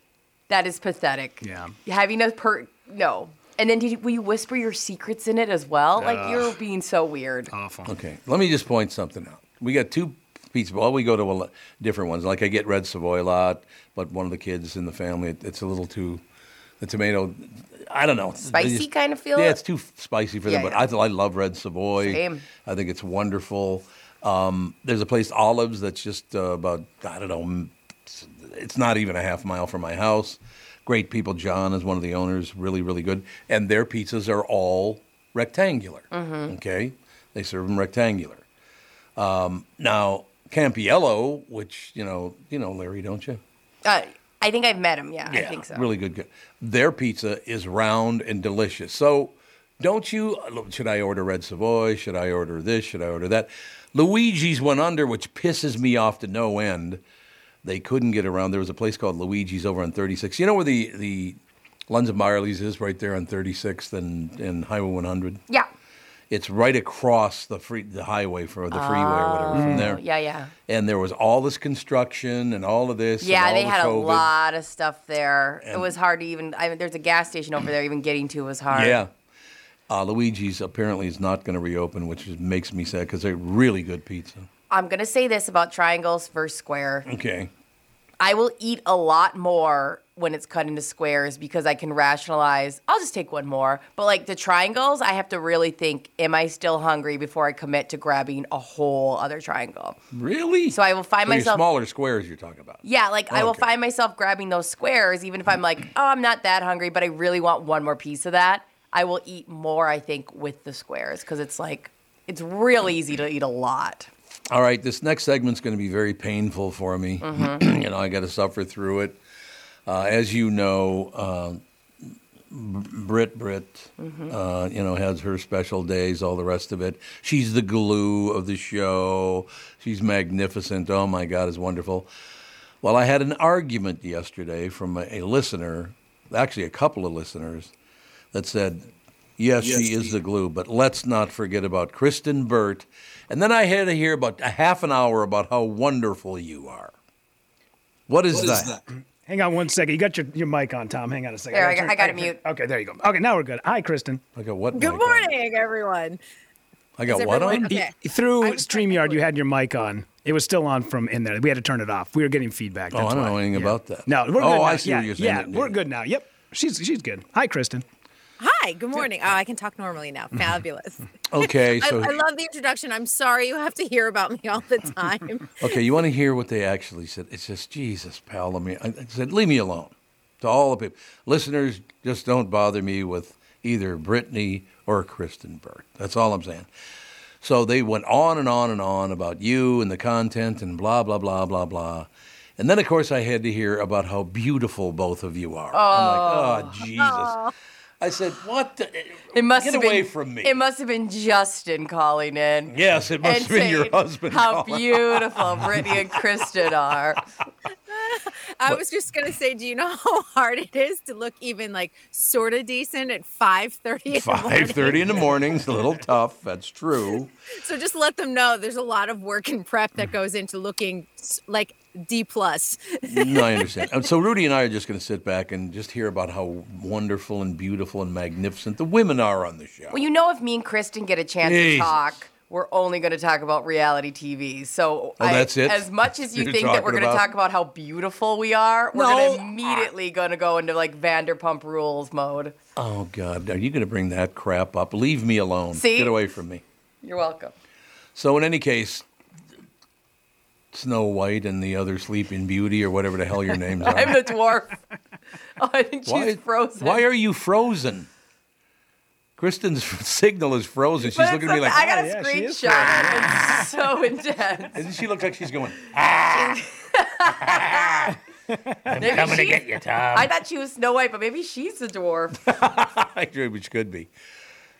Speaker 3: that is pathetic.
Speaker 4: Yeah.
Speaker 3: Having a per no. And then did you, will you whisper your secrets in it as well? Like you're being so weird.
Speaker 4: Awful.
Speaker 2: Okay, let me just point something out. We got two pizza. Well, we go to a lot, different ones. Like I get red Savoy a lot, but one of the kids in the family, it, it's a little too. The tomato, I don't know. They
Speaker 3: Spicy
Speaker 2: just-
Speaker 3: kinda feel
Speaker 2: Yeah,
Speaker 3: it?
Speaker 2: it's too spicy for them.
Speaker 3: Yeah,
Speaker 2: but I, th- I love red Savoy.
Speaker 3: Same.
Speaker 2: I think it's wonderful. Um, there's a place Olives that's just uh, about I don't know. m- It's, it's not even a half mile from my house. Great people. John is one of the owners. Really, really good. And their pizzas are all rectangular. Okay, they serve them rectangular. Um, now Campiello, which you know, you know Larry, don't you?
Speaker 3: Uh, I think I've met him. Yeah, I think so.
Speaker 2: Really good. good. Their pizza is round and delicious. So don't you, should I order Red Savoy? Should I order this? Should I order that? Luigi's went under, which pisses me off to no end. They couldn't get around. There was a place called Luigi's over on 36. You know where the, the Lunds and Marley's is right there on 36th and, and Highway 100?
Speaker 3: Yeah.
Speaker 2: It's right across the free, the highway for the freeway or whatever from there.
Speaker 3: Oh, Yeah, yeah.
Speaker 2: And there was all this construction and all of this. and
Speaker 3: Yeah,
Speaker 2: all
Speaker 3: they
Speaker 2: the
Speaker 3: had a
Speaker 2: COVID.
Speaker 3: lot of stuff there. it was hard to even. I mean, there's a gas station over there. Even getting to was hard.
Speaker 2: Yeah. Uh, Luigi's apparently is not going to reopen, which is, makes me sad because they're really good pizza.
Speaker 3: I'm gonna say this about triangles versus square.
Speaker 2: Okay.
Speaker 3: I will eat a lot more when it's cut into squares because I can rationalize. I'll just take one more. But like the triangles, I have to really think: Am I still hungry before I commit to grabbing a whole other triangle?
Speaker 2: Really?
Speaker 3: So I will find
Speaker 2: your
Speaker 3: myself-
Speaker 2: smaller squares you're talking about.
Speaker 3: Yeah, like I will
Speaker 2: Okay.
Speaker 3: find myself grabbing those squares, even if I'm like, oh, I'm not that hungry, but I really want one more piece of that. I will eat more, I think, with the squares because it's like, it's real easy to eat a lot.
Speaker 2: All right, this next segment's going to be very painful for me. you know, I got to suffer through it. Uh, as you know, uh, Brit Brit, uh, you know, has her special days, all the rest of it. She's the glue of the show. She's magnificent. Oh my God, is wonderful. Well, I had an argument yesterday from a, a listener, actually a couple of listeners, that said, "Yes, she is the glue, but let's not forget about Kristen Burt." And then I had to hear about a half an hour about how wonderful you are. What is, that?
Speaker 4: Hang on one second. You got your, your mic on, Tom. Hang on a second.
Speaker 3: There, I
Speaker 4: gotta
Speaker 3: got- I
Speaker 4: turn-
Speaker 3: gotta mute.
Speaker 4: Okay, there you go. Okay, now we're good. Hi, Kristen.
Speaker 2: I got what?
Speaker 6: Good
Speaker 2: mic on?
Speaker 6: morning, everyone.
Speaker 2: I got
Speaker 6: Is
Speaker 2: what
Speaker 6: everyone
Speaker 2: on?
Speaker 6: okay?
Speaker 4: Through StreamYard, you had your mic on. It was still on from in there. We had to turn it off. We were getting feedback.
Speaker 2: Oh, I
Speaker 4: That's
Speaker 2: don't
Speaker 4: why.
Speaker 2: know anything
Speaker 4: Yeah.
Speaker 2: about that.
Speaker 4: No, we're
Speaker 2: oh,
Speaker 4: good
Speaker 2: I
Speaker 4: now.
Speaker 2: see
Speaker 4: yeah,
Speaker 2: what you're saying.
Speaker 4: Yeah, we're good now. Yep. She's she's good. Hi, Kristen.
Speaker 6: Hi, good morning. Oh, I can talk normally now. Fabulous.
Speaker 2: Okay,
Speaker 6: I,
Speaker 2: so
Speaker 6: I love the introduction. I'm sorry you have to hear about me all the time.
Speaker 2: okay, you want to hear what they actually said? It's just Jesus, pal. I mean, I I said, leave me alone. To all the people, listeners, just don't bother me with either Brittany or Kristen Burt. That's all I'm saying. So they went on and on and on about you and the content and blah blah blah blah blah. And then, of course, I had to hear about how beautiful both of you are. I'm like, oh Jesus! I said, what? The,
Speaker 3: It must
Speaker 2: get
Speaker 3: have
Speaker 2: away
Speaker 3: been,
Speaker 2: from me.
Speaker 3: It must have been Justin calling in.
Speaker 2: yes, it must
Speaker 3: and
Speaker 2: have been your
Speaker 3: saying
Speaker 2: husband.
Speaker 3: How
Speaker 2: calling.
Speaker 3: beautiful Brittany and Kristen are.
Speaker 6: I was just gonna say, do you know how hard it is to look even like sort of decent at 5:30?
Speaker 2: Five thirty in the morning's a little tough. That's true.
Speaker 6: So just let them know there's a lot of work and prep that goes into looking s- like D plus.
Speaker 2: No, I understand. And So Rudy and I are just going to sit back and just hear about how wonderful and beautiful and magnificent the women are on the show.
Speaker 3: Well, you know, if me and Kristen get a chance to
Speaker 2: Jesus.
Speaker 3: talk, we're only going to talk about reality TV. So
Speaker 2: Oh, that's it?
Speaker 3: As much as you
Speaker 2: You're
Speaker 3: think that we're
Speaker 2: talking
Speaker 3: going to
Speaker 2: about-
Speaker 3: talk about how beautiful we are, we're
Speaker 2: No.
Speaker 3: going to immediately going to go into like Vanderpump Rules mode.
Speaker 2: oh God, are you going to bring that crap up? Leave me alone.
Speaker 3: See?
Speaker 2: Get away from me.
Speaker 3: You're welcome.
Speaker 2: So in any case, Snow White and the other Sleeping Beauty or whatever the hell your names are.
Speaker 3: I'm the dwarf. oh, I think she's frozen.
Speaker 2: Why are you frozen? Kristen's signal is frozen. She's
Speaker 3: But
Speaker 2: looking at
Speaker 3: it's
Speaker 2: me
Speaker 3: okay.
Speaker 2: like, "Oh,
Speaker 3: I got a
Speaker 4: yeah, she is
Speaker 3: screenshot. It's so intense.
Speaker 2: doesn't she look like she's going?
Speaker 3: Maybe she's- I thought she was Snow White, but maybe she's a dwarf.
Speaker 2: which could be.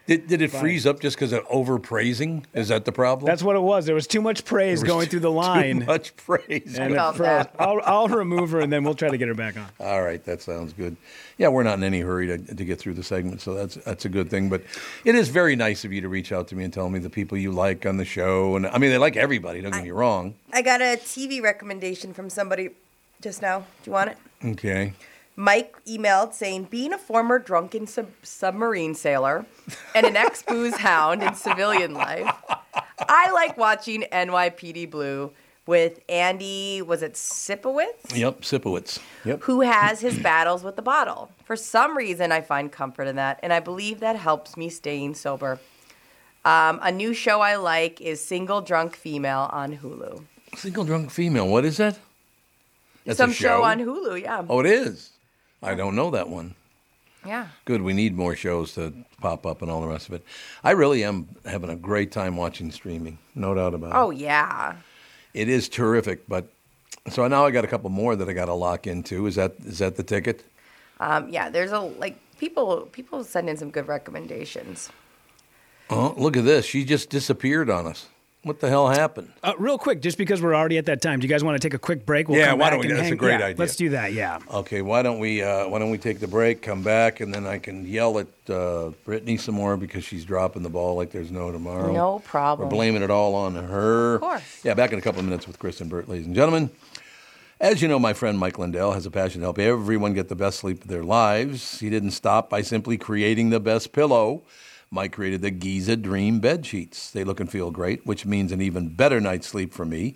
Speaker 2: Did, did it freeze up just because of overpraising? Is that the problem?
Speaker 4: That's what it was. There was too much praise
Speaker 2: was
Speaker 4: going
Speaker 2: too-
Speaker 4: through the line.
Speaker 2: Too much praise.
Speaker 4: And it
Speaker 3: Felt
Speaker 4: froze.
Speaker 3: that.
Speaker 4: I'll, I'll remove her and then we'll try to get her back on.
Speaker 2: All right, that sounds good. Yeah, we're not in any hurry to, to get through the segment, so that's that's a good thing. But it is very nice of you to reach out to me and tell me the people you like on the show. And I mean, they like everybody. Don't get me wrong.
Speaker 3: I got a TV recommendation from somebody just now. Do you want it?
Speaker 2: Okay.
Speaker 3: Mike emailed saying, being a former drunken sub- submarine sailor and an ex booze hound in civilian life, I like watching NYPD Blue with Andy, was it Sipowitz?
Speaker 2: Yep. Sipowitz. Yep.
Speaker 3: Who has his battles with the bottle. For some reason, I find comfort in that, and I believe that helps me staying sober. Um, a new show I like is Single Drunk Female on Hulu.
Speaker 2: Single drunk female. What is that? That's a
Speaker 3: Some show on Hulu, yeah.
Speaker 2: Oh, it is. I don't know that one.
Speaker 3: Yeah.
Speaker 2: Good. We need more shows to pop up and all the rest of it. I really am having a great time watching streaming. No doubt about it.
Speaker 3: Oh yeah.
Speaker 2: It is terrific, but so now I got a couple more that I got to lock into. Is that is that the ticket?
Speaker 3: Um, yeah. There's a like people people send in some good recommendations.
Speaker 2: Oh, look at this. She just disappeared on us. What the hell happened?
Speaker 4: Uh, real quick, just because we're already at that time, do you guys want to take a quick break?
Speaker 2: Yeah,
Speaker 4: come
Speaker 2: why
Speaker 4: back
Speaker 2: don't we?
Speaker 4: and
Speaker 2: That's a
Speaker 4: hang-
Speaker 2: great
Speaker 4: yeah,
Speaker 2: idea.
Speaker 4: Let's do that. Yeah.
Speaker 2: Okay, why don't we uh, why don't we take the break, come back, and then I can yell at uh, Brittany some more because she's dropping the ball like there's no tomorrow.
Speaker 3: No problem.
Speaker 2: We're blaming it all on her. Of
Speaker 3: course.
Speaker 2: Yeah, back in a couple of minutes with Chris and Bert, ladies and gentlemen. As you know, my friend Mike Lindell has a passion to help everyone get the best sleep of their lives. He didn't stop by simply creating the best pillow. Mike created the Giza Dream Bed Sheets. They look and feel great, which means an even better night's sleep for me,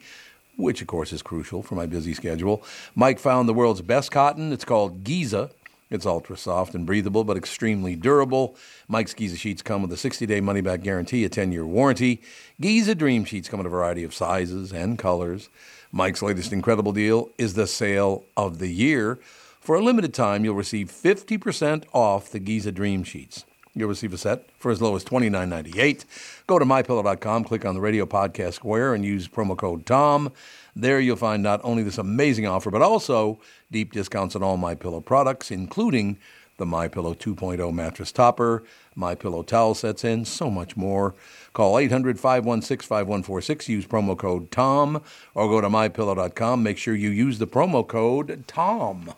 Speaker 2: which of course is crucial for my busy schedule. Mike found the world's best cotton. It's called Giza. It's ultra soft and breathable, but extremely durable. Mike's Giza sheets come with a 60 day money back guarantee, a 10 year warranty. Giza Dream Sheets come in a variety of sizes and colors. Mike's latest incredible deal is the sale of the year. For a limited time, you'll receive 50% off the Giza Dream Sheets. You'll receive a set for as low as $29.98. Go to mypillow.com, click on the radio podcast square, and use promo code TOM. There you'll find not only this amazing offer, but also deep discounts on all My Pillow products, including the My Pillow 2.0 mattress topper, My Pillow towel sets, and so much more. Call 800 516 5146, use promo code TOM, or go to mypillow.com. Make sure you use the promo code TOM.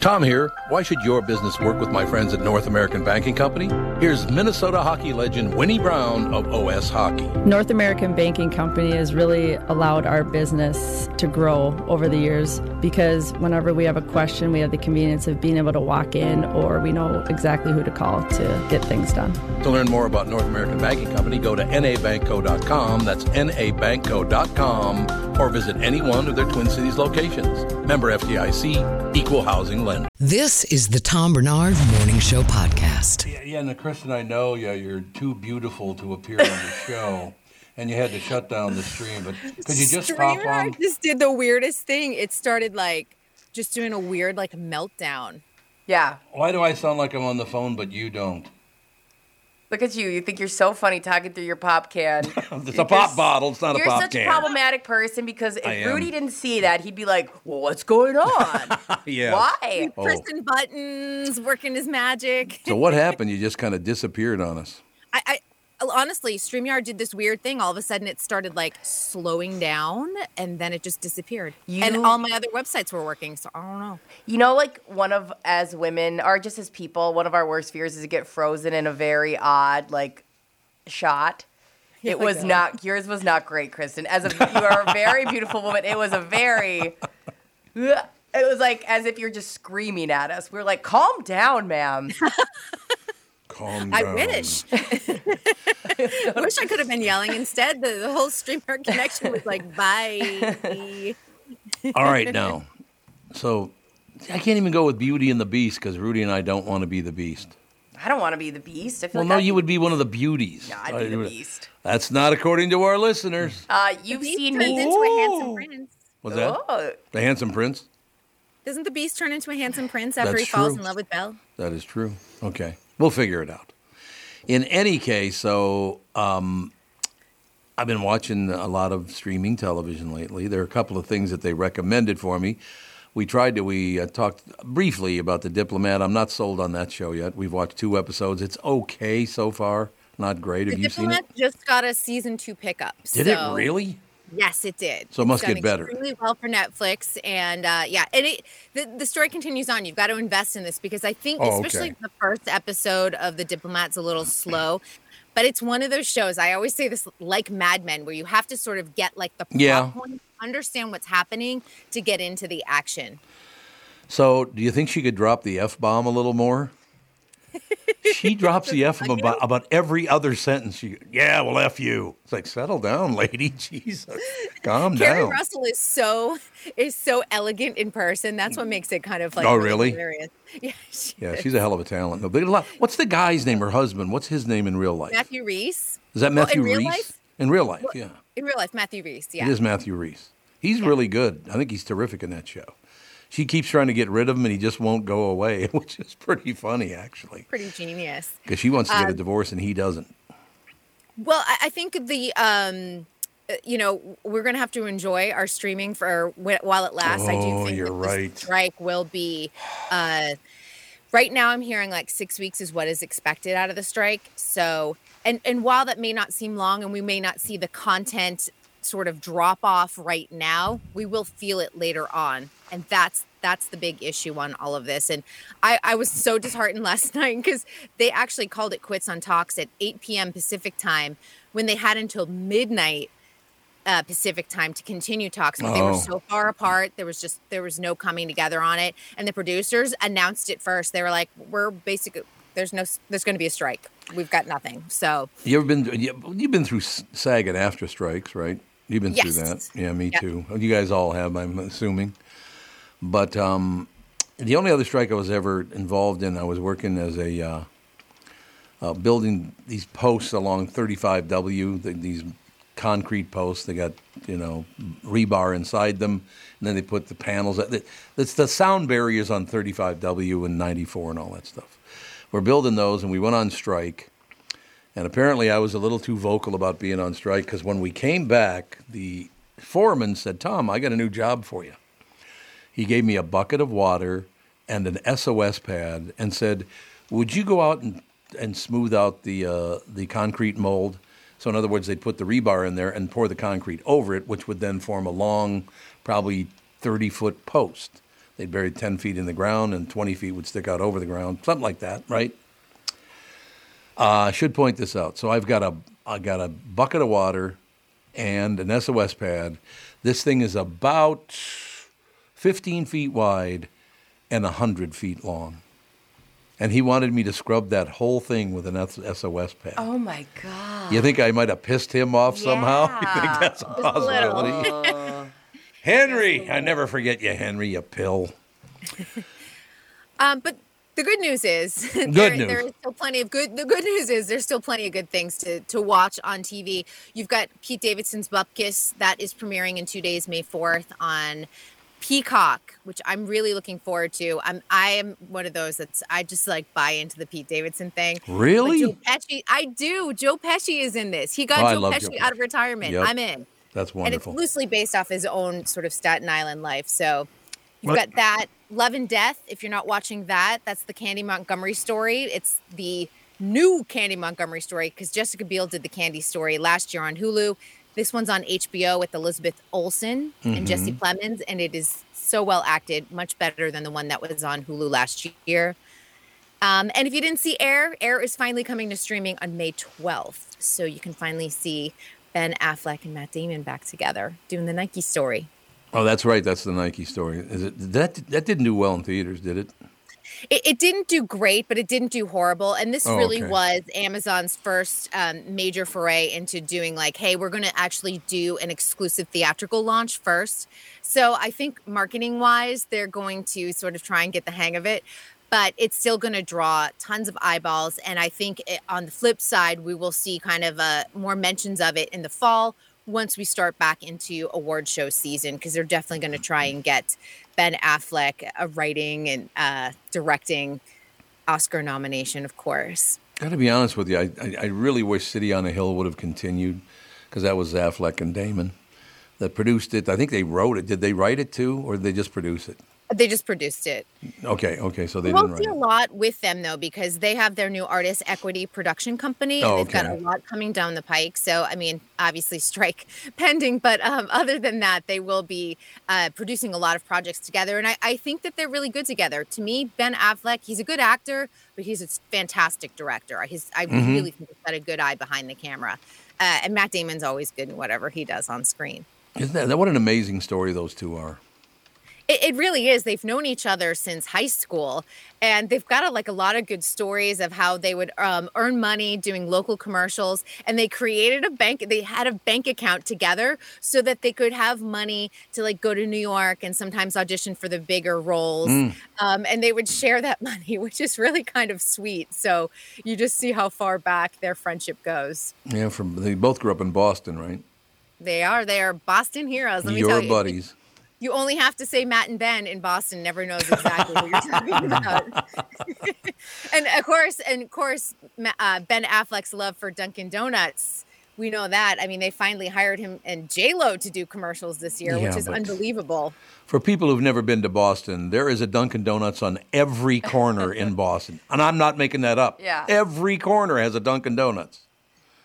Speaker 2: Tom here. Why should your business work with my friends at North American Banking Company? Here's Minnesota hockey legend Winnie Brown of OS Hockey.
Speaker 8: North American Banking Company has really allowed our business to grow over the years because whenever we have a question, we have the convenience of being able to walk in or we know exactly who to call to get things done.
Speaker 2: To learn more about North American Banking Company, go to nabankco.com. That's nabankco.com or visit any one of their Twin Cities locations. Member FDIC, equal housing lender.
Speaker 1: This is the Tom Bernard Morning Show podcast.
Speaker 2: Yeah, yeah and Kristen, I know yeah, you're too beautiful to appear on the show. And you had to shut down the stream, but could you just pop
Speaker 9: Streamer
Speaker 2: on?
Speaker 9: just did the weirdest thing. It started like just doing a weird like meltdown.
Speaker 3: Yeah.
Speaker 2: Why do I sound like I'm on the phone, but you don't?
Speaker 3: Look at you. You think you're so funny talking through your pop can.
Speaker 2: It's a pop bottle. It's not a
Speaker 3: You're
Speaker 2: pop
Speaker 3: such
Speaker 2: can.
Speaker 3: a problematic person because
Speaker 2: I
Speaker 3: if
Speaker 2: am.
Speaker 3: Rudy didn't see that, he'd be like, "Well, what's going on?
Speaker 2: yeah.
Speaker 3: Why?"
Speaker 2: Oh.
Speaker 9: Pressing buttons, working his magic.
Speaker 2: So what happened? You just kind of disappeared on us.
Speaker 9: I, I honestly, Streamyard did this weird thing. All of a sudden, it started like slowing down, and then it just disappeared. And
Speaker 3: You-
Speaker 9: all my other websites were working, so I don't know.
Speaker 3: You know, like one of as women or just as people, one of our worst fears is to get frozen in a very odd like shot. It was not yours was not great, Kristen. As a you are a very beautiful woman. It was a very it was like as if you're just screaming at us. We were like, "Calm down, ma'am."
Speaker 2: Calm
Speaker 9: I
Speaker 2: down.
Speaker 9: wish. I wish I could have been yelling instead. The, the whole streamer connection was like, bye.
Speaker 2: All right, now. So I can't even go with Beauty and the Beast because Rudy and I don't want to be the Beast.
Speaker 3: I don't want to be the beast. I feel
Speaker 2: Well,
Speaker 3: like
Speaker 2: no,
Speaker 3: I'm-
Speaker 2: you Oh, would be one of the beauties.
Speaker 3: No, I'd be the beast.
Speaker 2: That's not according to our listeners.
Speaker 3: Uh, you've
Speaker 9: Beast
Speaker 3: seen
Speaker 9: turns
Speaker 3: me.
Speaker 9: into a handsome prince.
Speaker 2: Was that
Speaker 3: Oh,
Speaker 2: the handsome prince?
Speaker 9: Doesn't the beast turn into a handsome prince after
Speaker 2: That's
Speaker 9: he falls
Speaker 2: true.
Speaker 9: in love with Belle?
Speaker 2: That is true. Okay, we'll figure it out. In any case, so um, I've been watching a lot of streaming television lately. There are a couple of things that they recommended for me. We tried to we uh, talked briefly about the diplomat. I'm not sold on that show yet. We've watched two episodes. It's okay so far. Not great.
Speaker 9: The
Speaker 2: Have you seen
Speaker 9: diplomat
Speaker 2: it?
Speaker 9: just got a season two pickup.
Speaker 2: Did
Speaker 9: so-
Speaker 2: it really?
Speaker 9: Yes, it did.
Speaker 2: So it must
Speaker 9: It's done
Speaker 2: get better.
Speaker 9: Really well for Netflix, and uh, yeah, and it, the the story continues on. You've got to invest in this because I think,
Speaker 2: Oh,
Speaker 9: especially
Speaker 2: okay.
Speaker 9: the first episode of The Diplomat's a little slow. But it's one of those shows. I always say this, like Mad Men, where you have to sort of get like the plot
Speaker 2: Yeah.
Speaker 9: point, understand what's happening to get into the action.
Speaker 2: So, do you think she could drop the f bomb a little more? She drops the f bomb about, about every other sentence. She, yeah, well, f you. It's like settle down, lady. Jesus, calm
Speaker 9: Carrie
Speaker 2: down.
Speaker 9: Russell is so is so elegant in person. That's what makes it kind of like
Speaker 2: Oh, really?
Speaker 9: hilarious. Yeah, she-
Speaker 2: Yeah, she's a hell of a talent. No, but a lot- What's the guy's name? Her husband. What's his name in real life?
Speaker 9: Matthew Reese.
Speaker 2: Is that
Speaker 9: Well,
Speaker 2: Matthew
Speaker 9: in real
Speaker 2: Reese?
Speaker 9: life?
Speaker 2: In real life, yeah.
Speaker 9: In real life, Matthew Reese. Yeah.
Speaker 2: It is Matthew Reese. He's really good. I think he's terrific in that show. she keeps trying to get rid of him, and he just won't go away, which is pretty funny actually,
Speaker 9: Pretty genius.
Speaker 2: because she wants to get a
Speaker 9: Um,
Speaker 2: divorce and he doesn't.
Speaker 9: Well, I, I think the um, uh, you know, we're gonna have to enjoy our streaming for wh- while it lasts. I do
Speaker 2: Oh,
Speaker 9: think
Speaker 2: you're
Speaker 9: that this
Speaker 2: right.
Speaker 9: strike will be. Uh, right now, I'm hearing like six weeks is what is expected out of the strike. So, and and while that may not seem long, and we may not see the content sort of drop off right now, we will feel it later on, and that's that's the big issue on all of this. And I, I was so disheartened last night because they actually called it quits on talks at 8 p.m. Pacific time when they had until midnight uh, Pacific time to continue talks, but they were
Speaker 10: Oh.
Speaker 9: so far apart. There was just there was no coming together on it, and the producers announced it first. They were like, "We're basically there's no s- there's going to be a strike. We've got nothing." So
Speaker 2: You ever been? you- You've been through S- SAG and after strikes, right? You've been
Speaker 9: Yes.
Speaker 2: through that. Yeah, me
Speaker 9: Yep.
Speaker 2: too. You guys all have, I'm assuming. But um, the only other strike I was ever involved in, I was working as a uh, uh, building these posts along 35W. th these concrete posts. They got you know rebar inside them, and then they put the panels. That's the sound barriers on 35W and 94 and all that stuff. We're building those, and we went on strike. And apparently, I was a little too vocal about being on strike because when we came back, the foreman said, Tom, I got a new job for you. He gave me a bucket of water and an SOS pad and said, Would you go out and, and smooth out the, uh, the concrete mold? So, in other words, they'd put the rebar in there and pour the concrete over it, which would then form a long, probably 30 foot post. They'd bury 10 feet in the ground and 20 feet would stick out over the ground, something like that, right? Uh, I should point this out. So I've got a I got a bucket of water and an SOS pad. This thing is about 15 feet wide and 100 feet long. And he wanted me to scrub that whole thing with an SOS pad.
Speaker 3: Oh my god.
Speaker 2: You think I might have pissed him off somehow? You think that's a
Speaker 3: Just a little.
Speaker 2: possibility? Henry, I never forget you, Henry, you pill.
Speaker 9: Um, but the good news is
Speaker 2: Good
Speaker 9: there,
Speaker 2: news.
Speaker 9: there is still plenty of good. The good news is there's still plenty of good things to, to watch on TV. You've got Pete Davidson's Bupkis that is premiering in two days, May 4th on Peacock, which I'm really looking forward to. I'm I am one of those that's I just like buy into the Pete Davidson thing. Like,
Speaker 2: Really?
Speaker 9: Joe Pesci, I do. Joe Pesci is in this. He
Speaker 2: Oh, I
Speaker 9: got Joe
Speaker 2: love Joe
Speaker 9: Pesci out of
Speaker 2: Pesci.
Speaker 9: retirement.
Speaker 2: Yep.
Speaker 9: I'm in.
Speaker 2: That's
Speaker 9: And
Speaker 2: wonderful.
Speaker 9: it's loosely based off his own sort of Staten Island life. So you've
Speaker 2: What-
Speaker 9: got that Love and Death. If you're not watching that, that's the Candy Montgomery story. It's the new Candy Montgomery story because Jessica Biel did the Candy story last year on Hulu. This one's on HBO with Elizabeth Olsen and Jesse
Speaker 10: Mhm.
Speaker 9: Plemons, and it is so well acted, much better than the one that was on Hulu last year. Um, and if you didn't see Air, Air is finally coming to streaming on May 12th. So you can finally see Ben Affleck and Matt Damon back together doing the Nike story.
Speaker 2: Oh, that's right. That's the Nike story. Is it that that didn't do well in theaters, did it?
Speaker 9: It, it didn't do great, but it didn't do horrible. And this
Speaker 2: Oh,
Speaker 9: really
Speaker 2: okay.
Speaker 9: was Amazon's first um, major foray into doing like, hey, we're going to actually do an exclusive theatrical launch first. So I think marketing wise, they're going to sort of try and get the hang of it. But it's still going to draw tons of eyeballs. And I think it, on the flip side, we will see kind of uh, more mentions of it in the fall once we start back into award show season because they're definitely going to try and get Ben Affleck a writing and uh, directing Oscar nomination, of course.
Speaker 2: Got to be honest with you, I, I, I really wish City on a Hill would have continued because that was Affleck and Damon that produced it. I think they wrote it. Did they write it too, or did they just produce it?
Speaker 9: They just produced it.
Speaker 2: Okay, okay, so they
Speaker 9: we
Speaker 2: didn't
Speaker 9: won't
Speaker 2: write
Speaker 9: see a
Speaker 2: it.
Speaker 9: lot with them though because they have their new artist equity production company and
Speaker 2: Oh,
Speaker 9: they've got a
Speaker 2: okay.
Speaker 9: lot coming down the pike so i mean obviously strike pending but um, other than that they will be uh, producing a lot of projects together and I, I think that they're really good together to me ben affleck he's a good actor but he's a fantastic director he's, i
Speaker 2: Mhm.
Speaker 9: really think he's got a good eye behind the camera uh, and matt damon's always good in whatever he does on screen
Speaker 2: Isn't that, that what an amazing story those two are?
Speaker 9: it, it really is. They've known each other since high school, and they've got a, like a lot of good stories of how they would um, earn money doing local commercials. And they created a bank. They had a bank account together so that they could have money to like go to New York and sometimes audition for the bigger roles.
Speaker 10: Mm.
Speaker 9: Um, and they would share that money, which is really kind of sweet. So you just see how far back their friendship goes.
Speaker 2: Yeah, from they both grew up in Boston, right?
Speaker 9: They are. They are Boston heroes. Let me
Speaker 2: Your
Speaker 9: tell you.
Speaker 2: buddies.
Speaker 9: You only have to say Matt and Ben in Boston. Never knows exactly what you're talking about. and of course, and of course, Ma- uh, Ben Affleck's love for Dunkin' Donuts. We know that. I mean, they finally hired him and J Lo to do commercials this year,
Speaker 2: Yeah,
Speaker 9: which is
Speaker 2: but-
Speaker 9: unbelievable.
Speaker 2: For people who've never been to Boston, there is a Dunkin' Donuts on every corner in Boston. And I'm not making that up.
Speaker 9: Yeah.
Speaker 2: Every corner has a Dunkin' Donuts.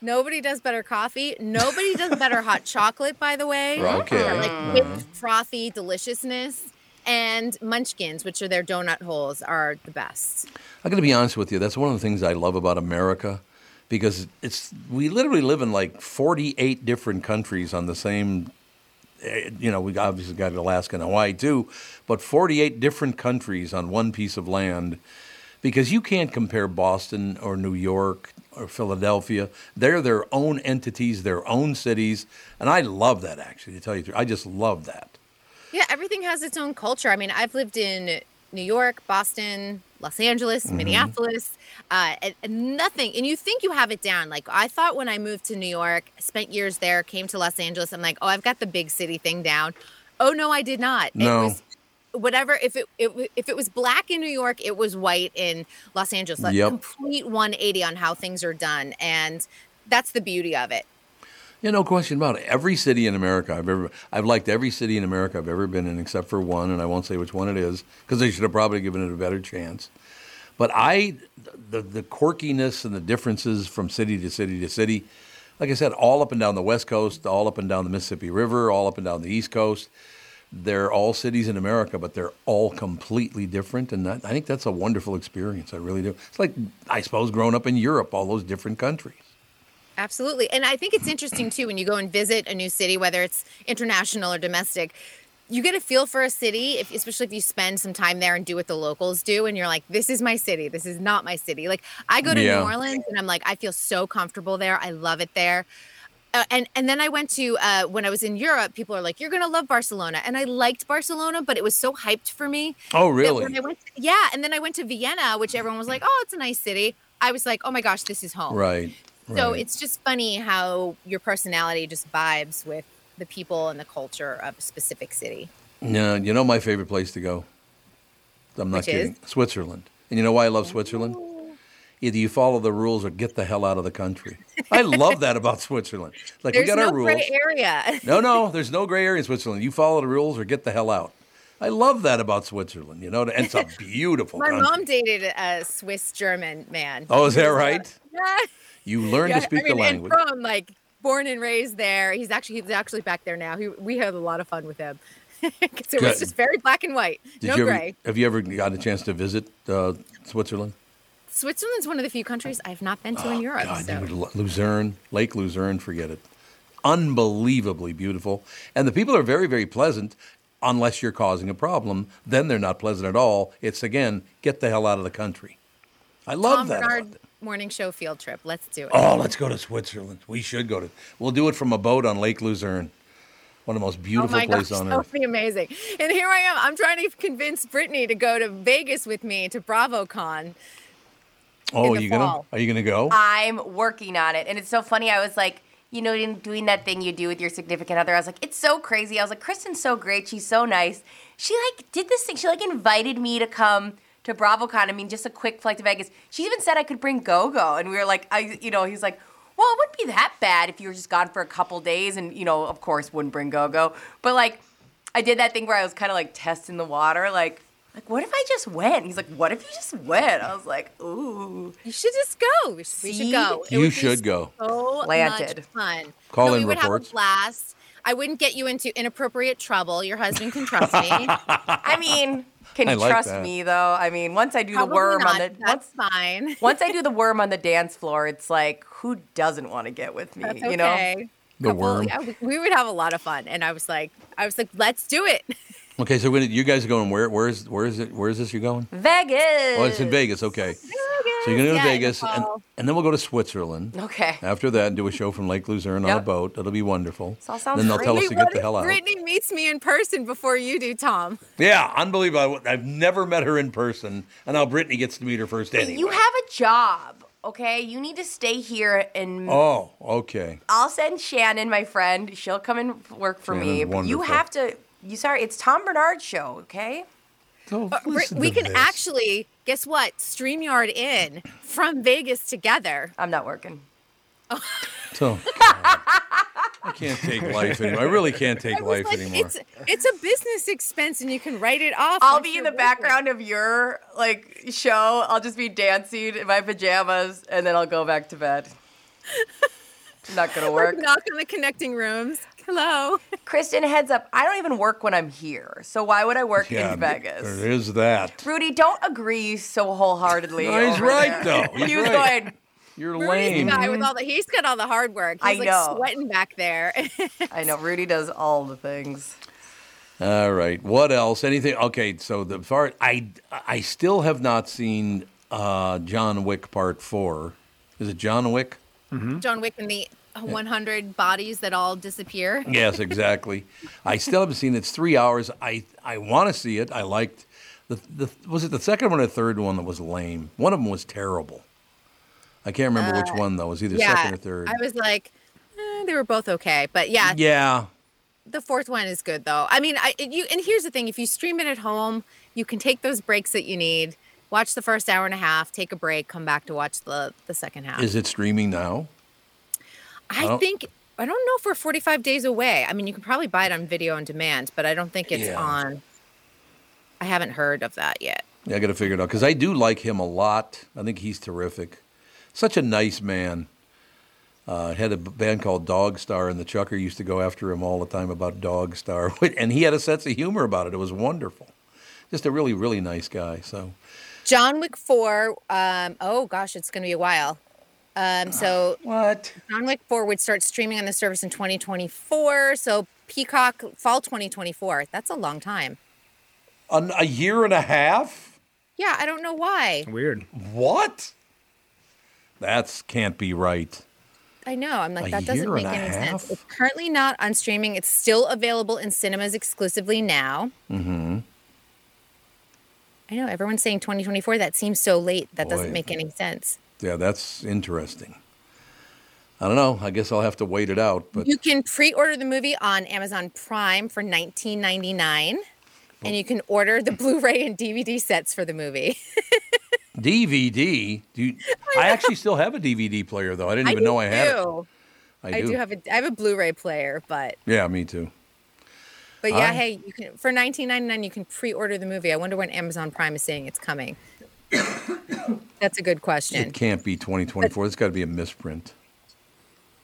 Speaker 9: Nobody does better coffee. Nobody does better hot chocolate, by the way.
Speaker 2: Okay.
Speaker 9: Yeah, like
Speaker 2: Mm.
Speaker 9: whipped frothy deliciousness. And munchkins, which are their donut holes, are the best.
Speaker 2: I got to be honest with you. That's one of the things I love about America, because it's we literally live in like 48 different countries on the same. eh, You know, we obviously got Alaska and Hawaii too, but 48 different countries on one piece of land, because you can't compare Boston or New York or Philadelphia. They're their own entities, their own cities, and I love that. Actually, to tell you the truth, I just love that.
Speaker 9: Yeah, everything has its own culture. I mean, I've lived in New York, Boston, Los Angeles,
Speaker 2: Mhm.
Speaker 9: Minneapolis, uh, and, and nothing. And you think you have it down. Like, I thought when I moved to New York, spent years there, came to Los Angeles, I'm like, oh, I've got the big city thing down. Oh, no, I did not.
Speaker 2: No.
Speaker 9: It was whatever if it, it w- if it was black in New York, it was white in Los Angeles. Like
Speaker 2: Yep.
Speaker 9: complete 180 on how things are done, and that's the beauty of it.
Speaker 2: Yeah, no question about it. Every city in America I've ever I've liked every city in America I've ever been in except for one, and I won't say which one it is because they should have probably given it a better chance. But I, the the quirkiness and the differences from city to city to city, like I said, all up and down the West Coast, all up and down the Mississippi River, all up and down the East Coast. They're all cities in America, but they're all completely different, and that, I think that's a wonderful experience. I really do. It's like I suppose growing up in Europe, all those different countries.
Speaker 9: Absolutely. And I think it's interesting too when you go and visit a new city, whether it's international or domestic, you get a feel for a city, if, especially if you spend some time there and do what the locals do. And you're like, this is my city. This is not my city. Like, I go to
Speaker 10: Yeah.
Speaker 9: New Orleans and I'm like, I feel so comfortable there. I love it there. Uh, and and then I went to uh, when I was in Europe. People are like, "You're gonna love Barcelona," and I liked Barcelona, but it was so hyped for me.
Speaker 2: Oh,
Speaker 9: that
Speaker 2: really?
Speaker 9: when I went- yeah, and then I went to Vienna, which everyone was like, "Oh, it's a nice city." I was like, "Oh my gosh, this is home."
Speaker 2: Right.
Speaker 9: So
Speaker 2: right.
Speaker 9: it's just funny how your personality just vibes with the people and the culture of a specific city.
Speaker 2: No, you know my favorite place to go. I'm not
Speaker 9: Which is? Oh.
Speaker 2: kidding. Switzerland. And you know why I love Switzerland? Either you follow the rules or get the hell out of the country. I love that about Switzerland. Like
Speaker 9: There's
Speaker 2: we got
Speaker 9: no
Speaker 2: our rules.
Speaker 9: gray area.
Speaker 2: no, no, there's no gray area in Switzerland. You follow the rules or get the hell out. I love that about Switzerland. You know, and it's a beautiful
Speaker 9: My
Speaker 2: country.
Speaker 9: mom dated a Swiss German man.
Speaker 2: oh, is that right?
Speaker 9: Yeah.
Speaker 2: You learn
Speaker 9: Yeah,
Speaker 2: to speak
Speaker 9: I mean,
Speaker 2: the language.
Speaker 9: And from like born and raised there, he's actually he's actually back there now. He, we had a lot of fun with him. 'Cause it
Speaker 2: Good.
Speaker 9: was just very black and white,
Speaker 2: Did
Speaker 9: no
Speaker 2: you ever,
Speaker 9: gray.
Speaker 2: Have you ever gotten a chance to visit uh, Switzerland?
Speaker 9: Switzerland's one of the few countries I've not been to in Europe.
Speaker 2: Oh, God,
Speaker 9: so.
Speaker 2: Uh, you would lo- Luzerne, Lake Luzerne, forget it. Unbelievably beautiful. And the people are very, very pleasant unless you're causing a problem. Then they're not pleasant at all. It's again, get the hell out of the country. I love
Speaker 9: Tom
Speaker 2: that.
Speaker 9: Bernard morning show field trip. Let's do it.
Speaker 2: Oh, let's go to Switzerland. We should go to. We'll do it from a boat on Lake Luzerne. One of the most beautiful
Speaker 9: oh my
Speaker 2: places
Speaker 9: gosh,
Speaker 2: on
Speaker 9: that
Speaker 2: earth.
Speaker 9: would be amazing. And here I am. I'm trying to convince Brittany to go to Vegas with me to BravoCon.
Speaker 2: Oh,
Speaker 3: in
Speaker 2: are
Speaker 3: the
Speaker 2: you gonna?
Speaker 3: fall. Uh,
Speaker 2: Are you gonna go?
Speaker 3: I'm working on it. And it's so funny. I was like, you know, in doing that thing you do with your significant other, I was like, it's so crazy. I was like, Kristen's so great. She's so nice. She like did this thing. She like invited me to come to BravoCon. I mean, just a quick flight to Vegas. She even said I could bring Go Go. And we were like, I, you know, he's like, well, it wouldn't be that bad if you were just gone for a couple days and, you know, of course, wouldn't bring Go Go. But like, I did that thing where I was kind of like testing the water, like, like what if I just went? He's like, what if you just went? I was like, ooh.
Speaker 9: You should just go. We should, we should go. It
Speaker 2: You
Speaker 9: would be
Speaker 2: should go.
Speaker 9: So
Speaker 3: Planted.
Speaker 9: much fun.
Speaker 2: Call
Speaker 9: no,
Speaker 2: in
Speaker 9: we would
Speaker 2: reports.
Speaker 9: have a blast. I wouldn't get you into inappropriate trouble. Your husband can trust me.
Speaker 2: I
Speaker 3: mean, Can
Speaker 2: I
Speaker 3: you
Speaker 2: like
Speaker 3: trust
Speaker 2: that.
Speaker 3: me though? I mean, once I do
Speaker 9: Probably
Speaker 3: the worm
Speaker 9: not.
Speaker 3: on the
Speaker 9: That's fine.
Speaker 3: once I do the worm on the dance floor, it's like who doesn't want to get with me?
Speaker 9: That's
Speaker 3: You know.
Speaker 9: okay.
Speaker 2: The worm.
Speaker 9: Yeah, we- we would have a lot of fun. And I was like, I was like, let's do it.
Speaker 2: Okay, so when you guys are going where? Where is? Where is it? Where is this? You're going?
Speaker 3: Vegas.
Speaker 2: Oh, it's in Vegas. Okay. So you're gonna go to
Speaker 3: Yeah, in the
Speaker 2: Vegas, and,
Speaker 3: fall.
Speaker 2: and then we'll go to Switzerland.
Speaker 3: Okay.
Speaker 2: After that, and do a show from Lake Luzerne on a
Speaker 9: Yep.
Speaker 2: boat. It'll be wonderful.
Speaker 9: This all sounds
Speaker 2: then they'll tell us
Speaker 9: great.
Speaker 2: to get
Speaker 9: What
Speaker 2: the
Speaker 9: if
Speaker 2: hell out.
Speaker 9: Brittany meets me in person before you do, Tom.
Speaker 2: Yeah, unbelievable. I w- I've never met her in person, and now Brittany gets to meet her first anyway.
Speaker 3: You have a job, okay? You need to stay here and
Speaker 2: oh, okay.
Speaker 3: I'll send Shannon, my friend. She'll come and work for me.
Speaker 2: Shannon's
Speaker 3: But you
Speaker 2: wonderful.
Speaker 3: have to You sorry, it's Tom Bernard's show, okay?
Speaker 9: But we- we can actually guess what? Streamyard in from Vegas together.
Speaker 3: I'm not working.
Speaker 2: So I can't take life anymore. I really can't take life
Speaker 9: Like,
Speaker 2: anymore.
Speaker 9: it's it's a business expense, and you can write it off.
Speaker 3: I'll
Speaker 9: once
Speaker 3: be in
Speaker 9: you're
Speaker 3: the
Speaker 9: working.
Speaker 3: background of your like show. I'll just be dancing in my pajamas, and then I'll go back to bed. Not gonna
Speaker 9: Like,
Speaker 3: work.
Speaker 9: Knock on the connecting rooms. Hello.
Speaker 3: Kristen, heads up. I don't even work when I'm here, so why would I work
Speaker 2: yeah,
Speaker 3: in Vegas?
Speaker 2: There is that.
Speaker 3: Rudy, don't agree so wholeheartedly.
Speaker 2: No, he's
Speaker 3: over
Speaker 2: right,
Speaker 3: there.
Speaker 2: though. He's
Speaker 3: he was
Speaker 2: right.
Speaker 3: going.
Speaker 2: You're
Speaker 9: Rudy's
Speaker 2: lame.
Speaker 9: the guy with all the, he's got all the hard work.
Speaker 3: I
Speaker 9: He's like
Speaker 3: know.
Speaker 9: sweating back there.
Speaker 3: I know Rudy does all the things.
Speaker 2: All right. What else? Anything? Okay. So the part I I still have not seen uh, John Wick Part Four. Is it John Wick? Hmm?
Speaker 9: John Wick and the 100 bodies that all disappear.
Speaker 2: Yes, exactly. I still haven't seen it. It's three hours. I I want to see it. I liked the the was it the second one or third one that was lame. One of them was terrible. I can't remember which one though. It was either second or third.
Speaker 9: Uh, I was like, eh, they were both okay, but yeah,
Speaker 2: yeah.
Speaker 9: the fourth one is good though. I mean, I it- you and here's the thing: if you stream it at home, you can take those breaks that you need. Watch the first hour and a half, take a break, come back to watch the the second half.
Speaker 2: Is it streaming now?
Speaker 9: I
Speaker 2: Oh.
Speaker 9: think I don't know if we're 45 days away. I mean, you can probably buy it on video on demand, but I don't think it's
Speaker 2: Yeah.
Speaker 9: on. I haven't heard of that yet.
Speaker 2: Yeah, I got to figure it out because I do like him a lot. I think he's terrific. Such a nice man. Uh, had a b- band called Dog Star, and the Chucker used to go after him all the time about Dog Star. And he had a sense of humor about it. It was wonderful. Just a really, really nice guy. So,
Speaker 9: John Wick 4. Um, oh gosh, it's going to be a while. Um, so
Speaker 2: Ah. what?
Speaker 9: John Wick 4 would start streaming on the service in 2024. So Peacock fall 2024. That's a long time.
Speaker 2: An, a year and a half?
Speaker 9: Yeah, I don't know why.
Speaker 2: Mm.
Speaker 4: Weird.
Speaker 2: Oh. What? That's can't be right.
Speaker 9: I know. I'm like,
Speaker 2: A
Speaker 9: that
Speaker 2: year
Speaker 9: doesn't make
Speaker 2: and a
Speaker 9: any
Speaker 2: half?
Speaker 9: sense. It's currently not on streaming. It's still available in cinemas exclusively now.
Speaker 2: Mm-hmm.
Speaker 9: I know everyone's saying 2024. That seems so late. That
Speaker 2: Boy.
Speaker 9: doesn't make any sense.
Speaker 2: Yeah, that's interesting. I don't know. I guess I'll have to wait it out. But
Speaker 9: you can pre-order the movie on Amazon Prime for 19.99,
Speaker 2: Oh.
Speaker 9: and you can order the Blu-ray and DVD sets for the movie.
Speaker 2: DVD. Do you, I, actually still have a DVD player though. I didn't even
Speaker 9: do
Speaker 2: know I had it.
Speaker 9: too. I do have a I have a Blu-ray player, but
Speaker 2: Yeah, me too.
Speaker 9: but yeah,
Speaker 2: I-
Speaker 9: hey, you can for 19.99 you can pre-order the movie. I wonder when Amazon Prime is saying it's coming. That's a good question.
Speaker 2: It can't be 2024. It's got to be a misprint.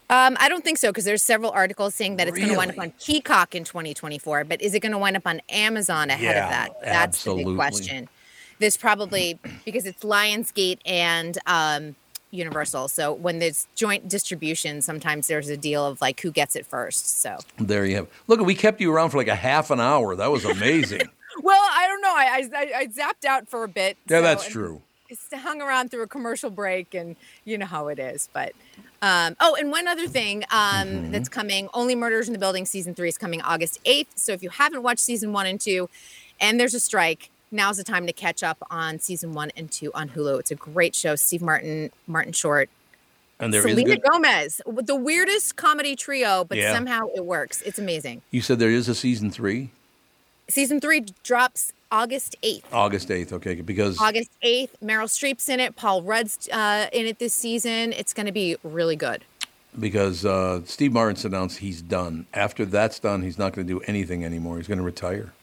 Speaker 9: Um, I don't think so because there's several articles saying that it's going to wind up on Peacock in 2024, but is it going to wind up on Amazon ahead
Speaker 2: Yeah,
Speaker 9: of that? That's the
Speaker 2: absolutely.
Speaker 9: big question. This probably because it's Lionsgate and um, Universal. So when there's joint distribution, sometimes there's a deal of like who gets it first. So
Speaker 2: There you have. it. Look, we kept you around for like a half an hour. That was amazing.
Speaker 9: well, I don't know. I I, I zapped out for a bit.
Speaker 2: yeah,
Speaker 9: so-
Speaker 2: that's
Speaker 9: and
Speaker 2: true.
Speaker 9: it's hung around through a commercial break and you know how it is but um, oh and one other thing um,
Speaker 2: Mm-hmm.
Speaker 9: that's coming only murders in the building season three is coming august 8th so if you haven't watched season one and two and there's a strike now's the time to catch up on season one and two on hulu it's a great show steve martin martin short
Speaker 2: And there is
Speaker 9: selena
Speaker 2: good.
Speaker 9: gomez with the weirdest comedy trio but
Speaker 2: Yeah.
Speaker 9: somehow it works it's amazing
Speaker 2: You said there is a season three,
Speaker 9: season three drops august 8th
Speaker 2: August 8th. Okay, because
Speaker 9: August 8th. Meryl Streep's in it. Paul Rudd's uh, in it this season. It's going to be really good.
Speaker 2: because uh, Steve Martin's announced he's done. After that's done, he's not going to do anything anymore. He's going to retire.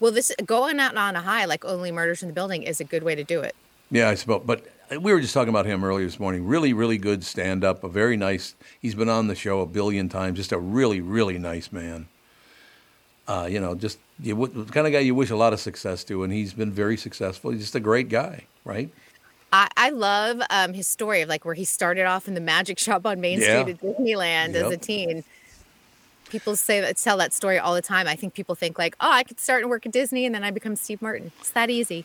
Speaker 9: Well, this going out on a high like only murders in the building is a good way to do it.
Speaker 2: Yeah, I suppose. But uh, we were just talking about him earlier this morning. Really, really good stand up. A very nice. He's been on the show a billion times. Just a really, really nice man. Uh, you know, just you, would- the kind of guy you wish a lot of success to, and he's been very successful. He's just a great guy, right?
Speaker 9: I, I love um, his story of like where he started off in the magic shop on Main
Speaker 2: Yeah.
Speaker 9: Street at Disneyland as a
Speaker 2: Yep.
Speaker 9: teen. People say that tell that story all the time. I think people think like, oh, I could start and work at Disney and then I become Steve Martin. It's that easy.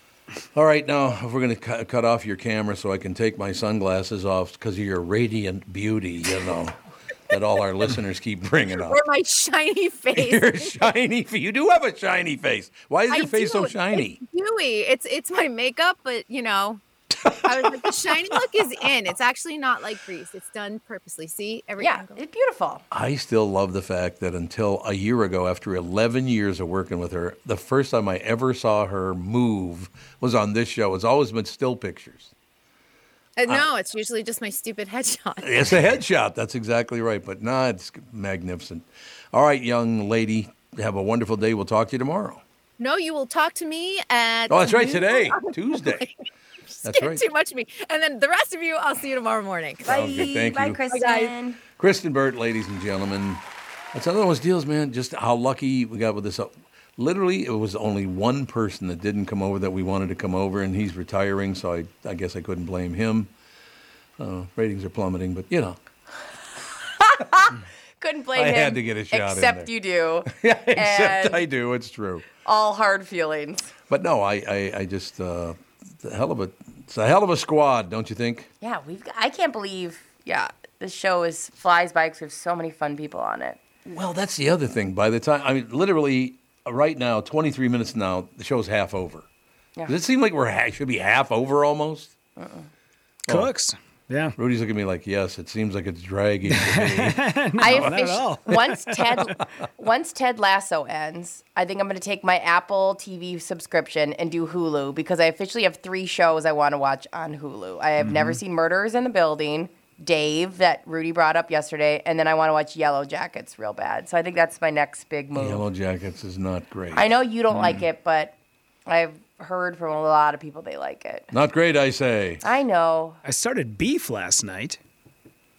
Speaker 2: All right, now if we're going to cu- cut off your camera so I can take my sunglasses off because of your radiant beauty, you know, that all our listeners keep bringing up.
Speaker 9: Or my shiny face.
Speaker 2: You're shiny. You do have a shiny face. Why is
Speaker 9: I
Speaker 2: your face so
Speaker 9: do.
Speaker 2: shiny?
Speaker 9: It's dewy. It's it's my makeup, but you know, I was like, the shiny look is in. It's actually not like grease. It's done purposely. See every yeah,
Speaker 3: it's beautiful.
Speaker 2: I still love the fact that until a year ago, after 11 years of working with her, the first time I ever saw her move was on this show. It's always been still pictures.
Speaker 9: Uh, no, it's usually just my stupid headshot.
Speaker 2: It's a headshot. That's exactly right. But nah, it's magnificent. All right, young lady, have a wonderful day. We'll talk to you tomorrow.
Speaker 9: No, you will talk to me at.
Speaker 2: Oh, that's right. Today, Tuesday. That's
Speaker 9: Get
Speaker 2: right.
Speaker 9: Too much of me. And then the rest of you, I'll see you tomorrow morning.
Speaker 2: Sounds Oh, good. Thank you.
Speaker 9: guys.
Speaker 2: Kristen Burt, ladies and gentlemen. That's another one of those deals, man. Just how lucky we got with this. Literally, it was only one person that didn't come over that we wanted to come over, and he's retiring, so I, I guess I couldn't blame him. Uh, ratings are plummeting, but you know,
Speaker 3: Couldn't blame
Speaker 2: I
Speaker 3: him.
Speaker 2: had to get a shot in
Speaker 3: Except
Speaker 2: there.
Speaker 3: you do.
Speaker 2: except
Speaker 3: And
Speaker 2: I do. It's true.
Speaker 3: all hard feelings.
Speaker 2: But no, I, I, I just uh, it's a hell of a it's a hell of a squad, don't you think?
Speaker 3: Yeah, we've. Got, I can't believe. Yeah, this show is flies by because we have so many fun people on it.
Speaker 2: Well, that's the other thing. By the time I mean, literally uh, right now, 23 minutes now, the show's half over.
Speaker 3: Yeah.
Speaker 2: Does it seem like we're ha- should be half over almost?
Speaker 4: Cooks. Yeah.
Speaker 2: Rudy's looking at me like, yes, it seems like it's dragging. to me."
Speaker 3: I
Speaker 2: not at
Speaker 3: offici-
Speaker 2: all.
Speaker 3: once Ted once Ted Lasso ends, I think I'm going to take my Apple TV subscription and do Hulu because I officially have three shows I want to watch on Hulu. I have never
Speaker 2: Mm-hmm.
Speaker 9: Mhm.
Speaker 3: seen Murderers in the Building, Dave that Rudy brought up yesterday, and then I want to watch Yellow Jackets real bad. So I think that's my next big move.
Speaker 2: Yellow Mm. Jackets is not great.
Speaker 3: I know you don't like it, but I've heard from a lot of people they like it.
Speaker 2: Not great, I say.
Speaker 3: I know.
Speaker 4: I started beef last night.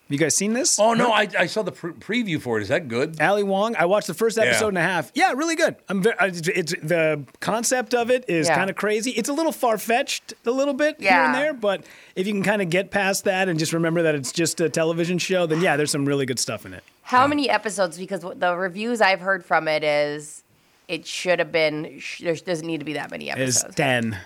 Speaker 4: You guys seen this?
Speaker 2: Oh no, I, I saw the pre- preview for it. Is that good?
Speaker 4: Ali Wong. I watched the first
Speaker 2: Yeah.
Speaker 4: episode and a half. Yeah, really good. I'm very, it's, it's the concept of it is
Speaker 3: Yeah.
Speaker 4: kind of crazy. It's a little far fetched, a little bit here
Speaker 3: Yeah.
Speaker 4: and there, but if you can kind of get past that and just remember that it's just a television show, then yeah, there's some really good stuff in it.
Speaker 3: How many episodes? Because what- the reviews I've heard from it is it should have been, sh- there doesn't need to be that many
Speaker 4: It's
Speaker 3: episodes.
Speaker 4: ten.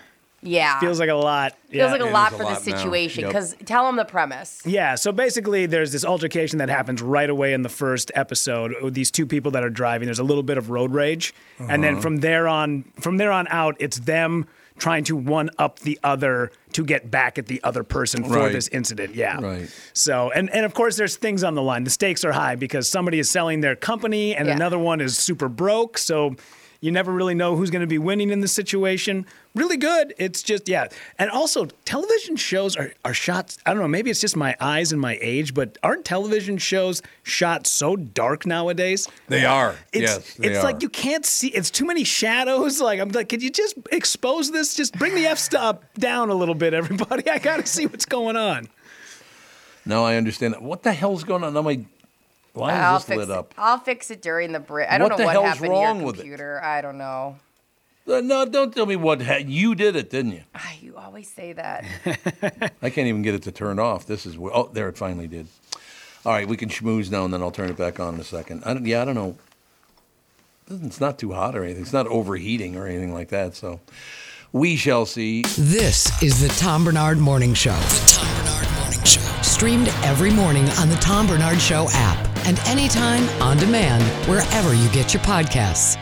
Speaker 3: yeah.
Speaker 4: Feels like a lot.
Speaker 3: Feels
Speaker 4: Yeah.
Speaker 3: like a lot for the situation. Because tell them the premise.
Speaker 4: Yeah, so basically, there's this altercation that happens right away in the first episode. with These two people that are driving, there's a little bit of road rage, and then
Speaker 10: Uh-huh.
Speaker 4: from there on, from there on out, it's them trying to one up the other to get back at the other person for
Speaker 2: Right.
Speaker 4: this incident. Yeah.
Speaker 2: Right.
Speaker 4: So, and and of course, there's things on the line. The stakes are high because somebody is selling their company, and another one is super broke. So. You never really know who's going to be winning in this situation. Really good. It's just, yeah. And also, television shows are, are shot. I don't know, maybe it's just my eyes and my age, but aren't television shows shot so dark nowadays?
Speaker 2: They are.
Speaker 4: It's,
Speaker 2: Yes, they
Speaker 4: it's
Speaker 2: are.
Speaker 4: like you can't see. It's too many shadows. Like, I'm like, could you just expose this? Just bring the F stop down a little bit, everybody. I got to see what's going on.
Speaker 2: No, I understand. that. What the hell's going on? Now my why is
Speaker 3: I'll
Speaker 2: this
Speaker 3: fix
Speaker 2: lit
Speaker 3: it.
Speaker 2: up?
Speaker 3: I'll fix it during the break. I don't
Speaker 2: What
Speaker 3: know
Speaker 2: the
Speaker 3: what
Speaker 2: hell's
Speaker 3: happened to
Speaker 2: wrong
Speaker 3: your
Speaker 2: with it?
Speaker 3: computer. I don't know.
Speaker 2: Uh, no, don't tell me what ha- you did it, didn't you?
Speaker 3: Ah, You always say that.
Speaker 2: I can't even get it to turn off. This is where, oh, there it finally did. All right, we can schmooze now, and then I'll turn it back on in a second. I don't, yeah, I don't know. It's not too hot or anything. It's not overheating or anything like that. So we shall see.
Speaker 1: This is the Tom Bernard Morning Show. Streamed every morning on the Tom Bernard Show app and anytime on demand wherever you get your podcasts.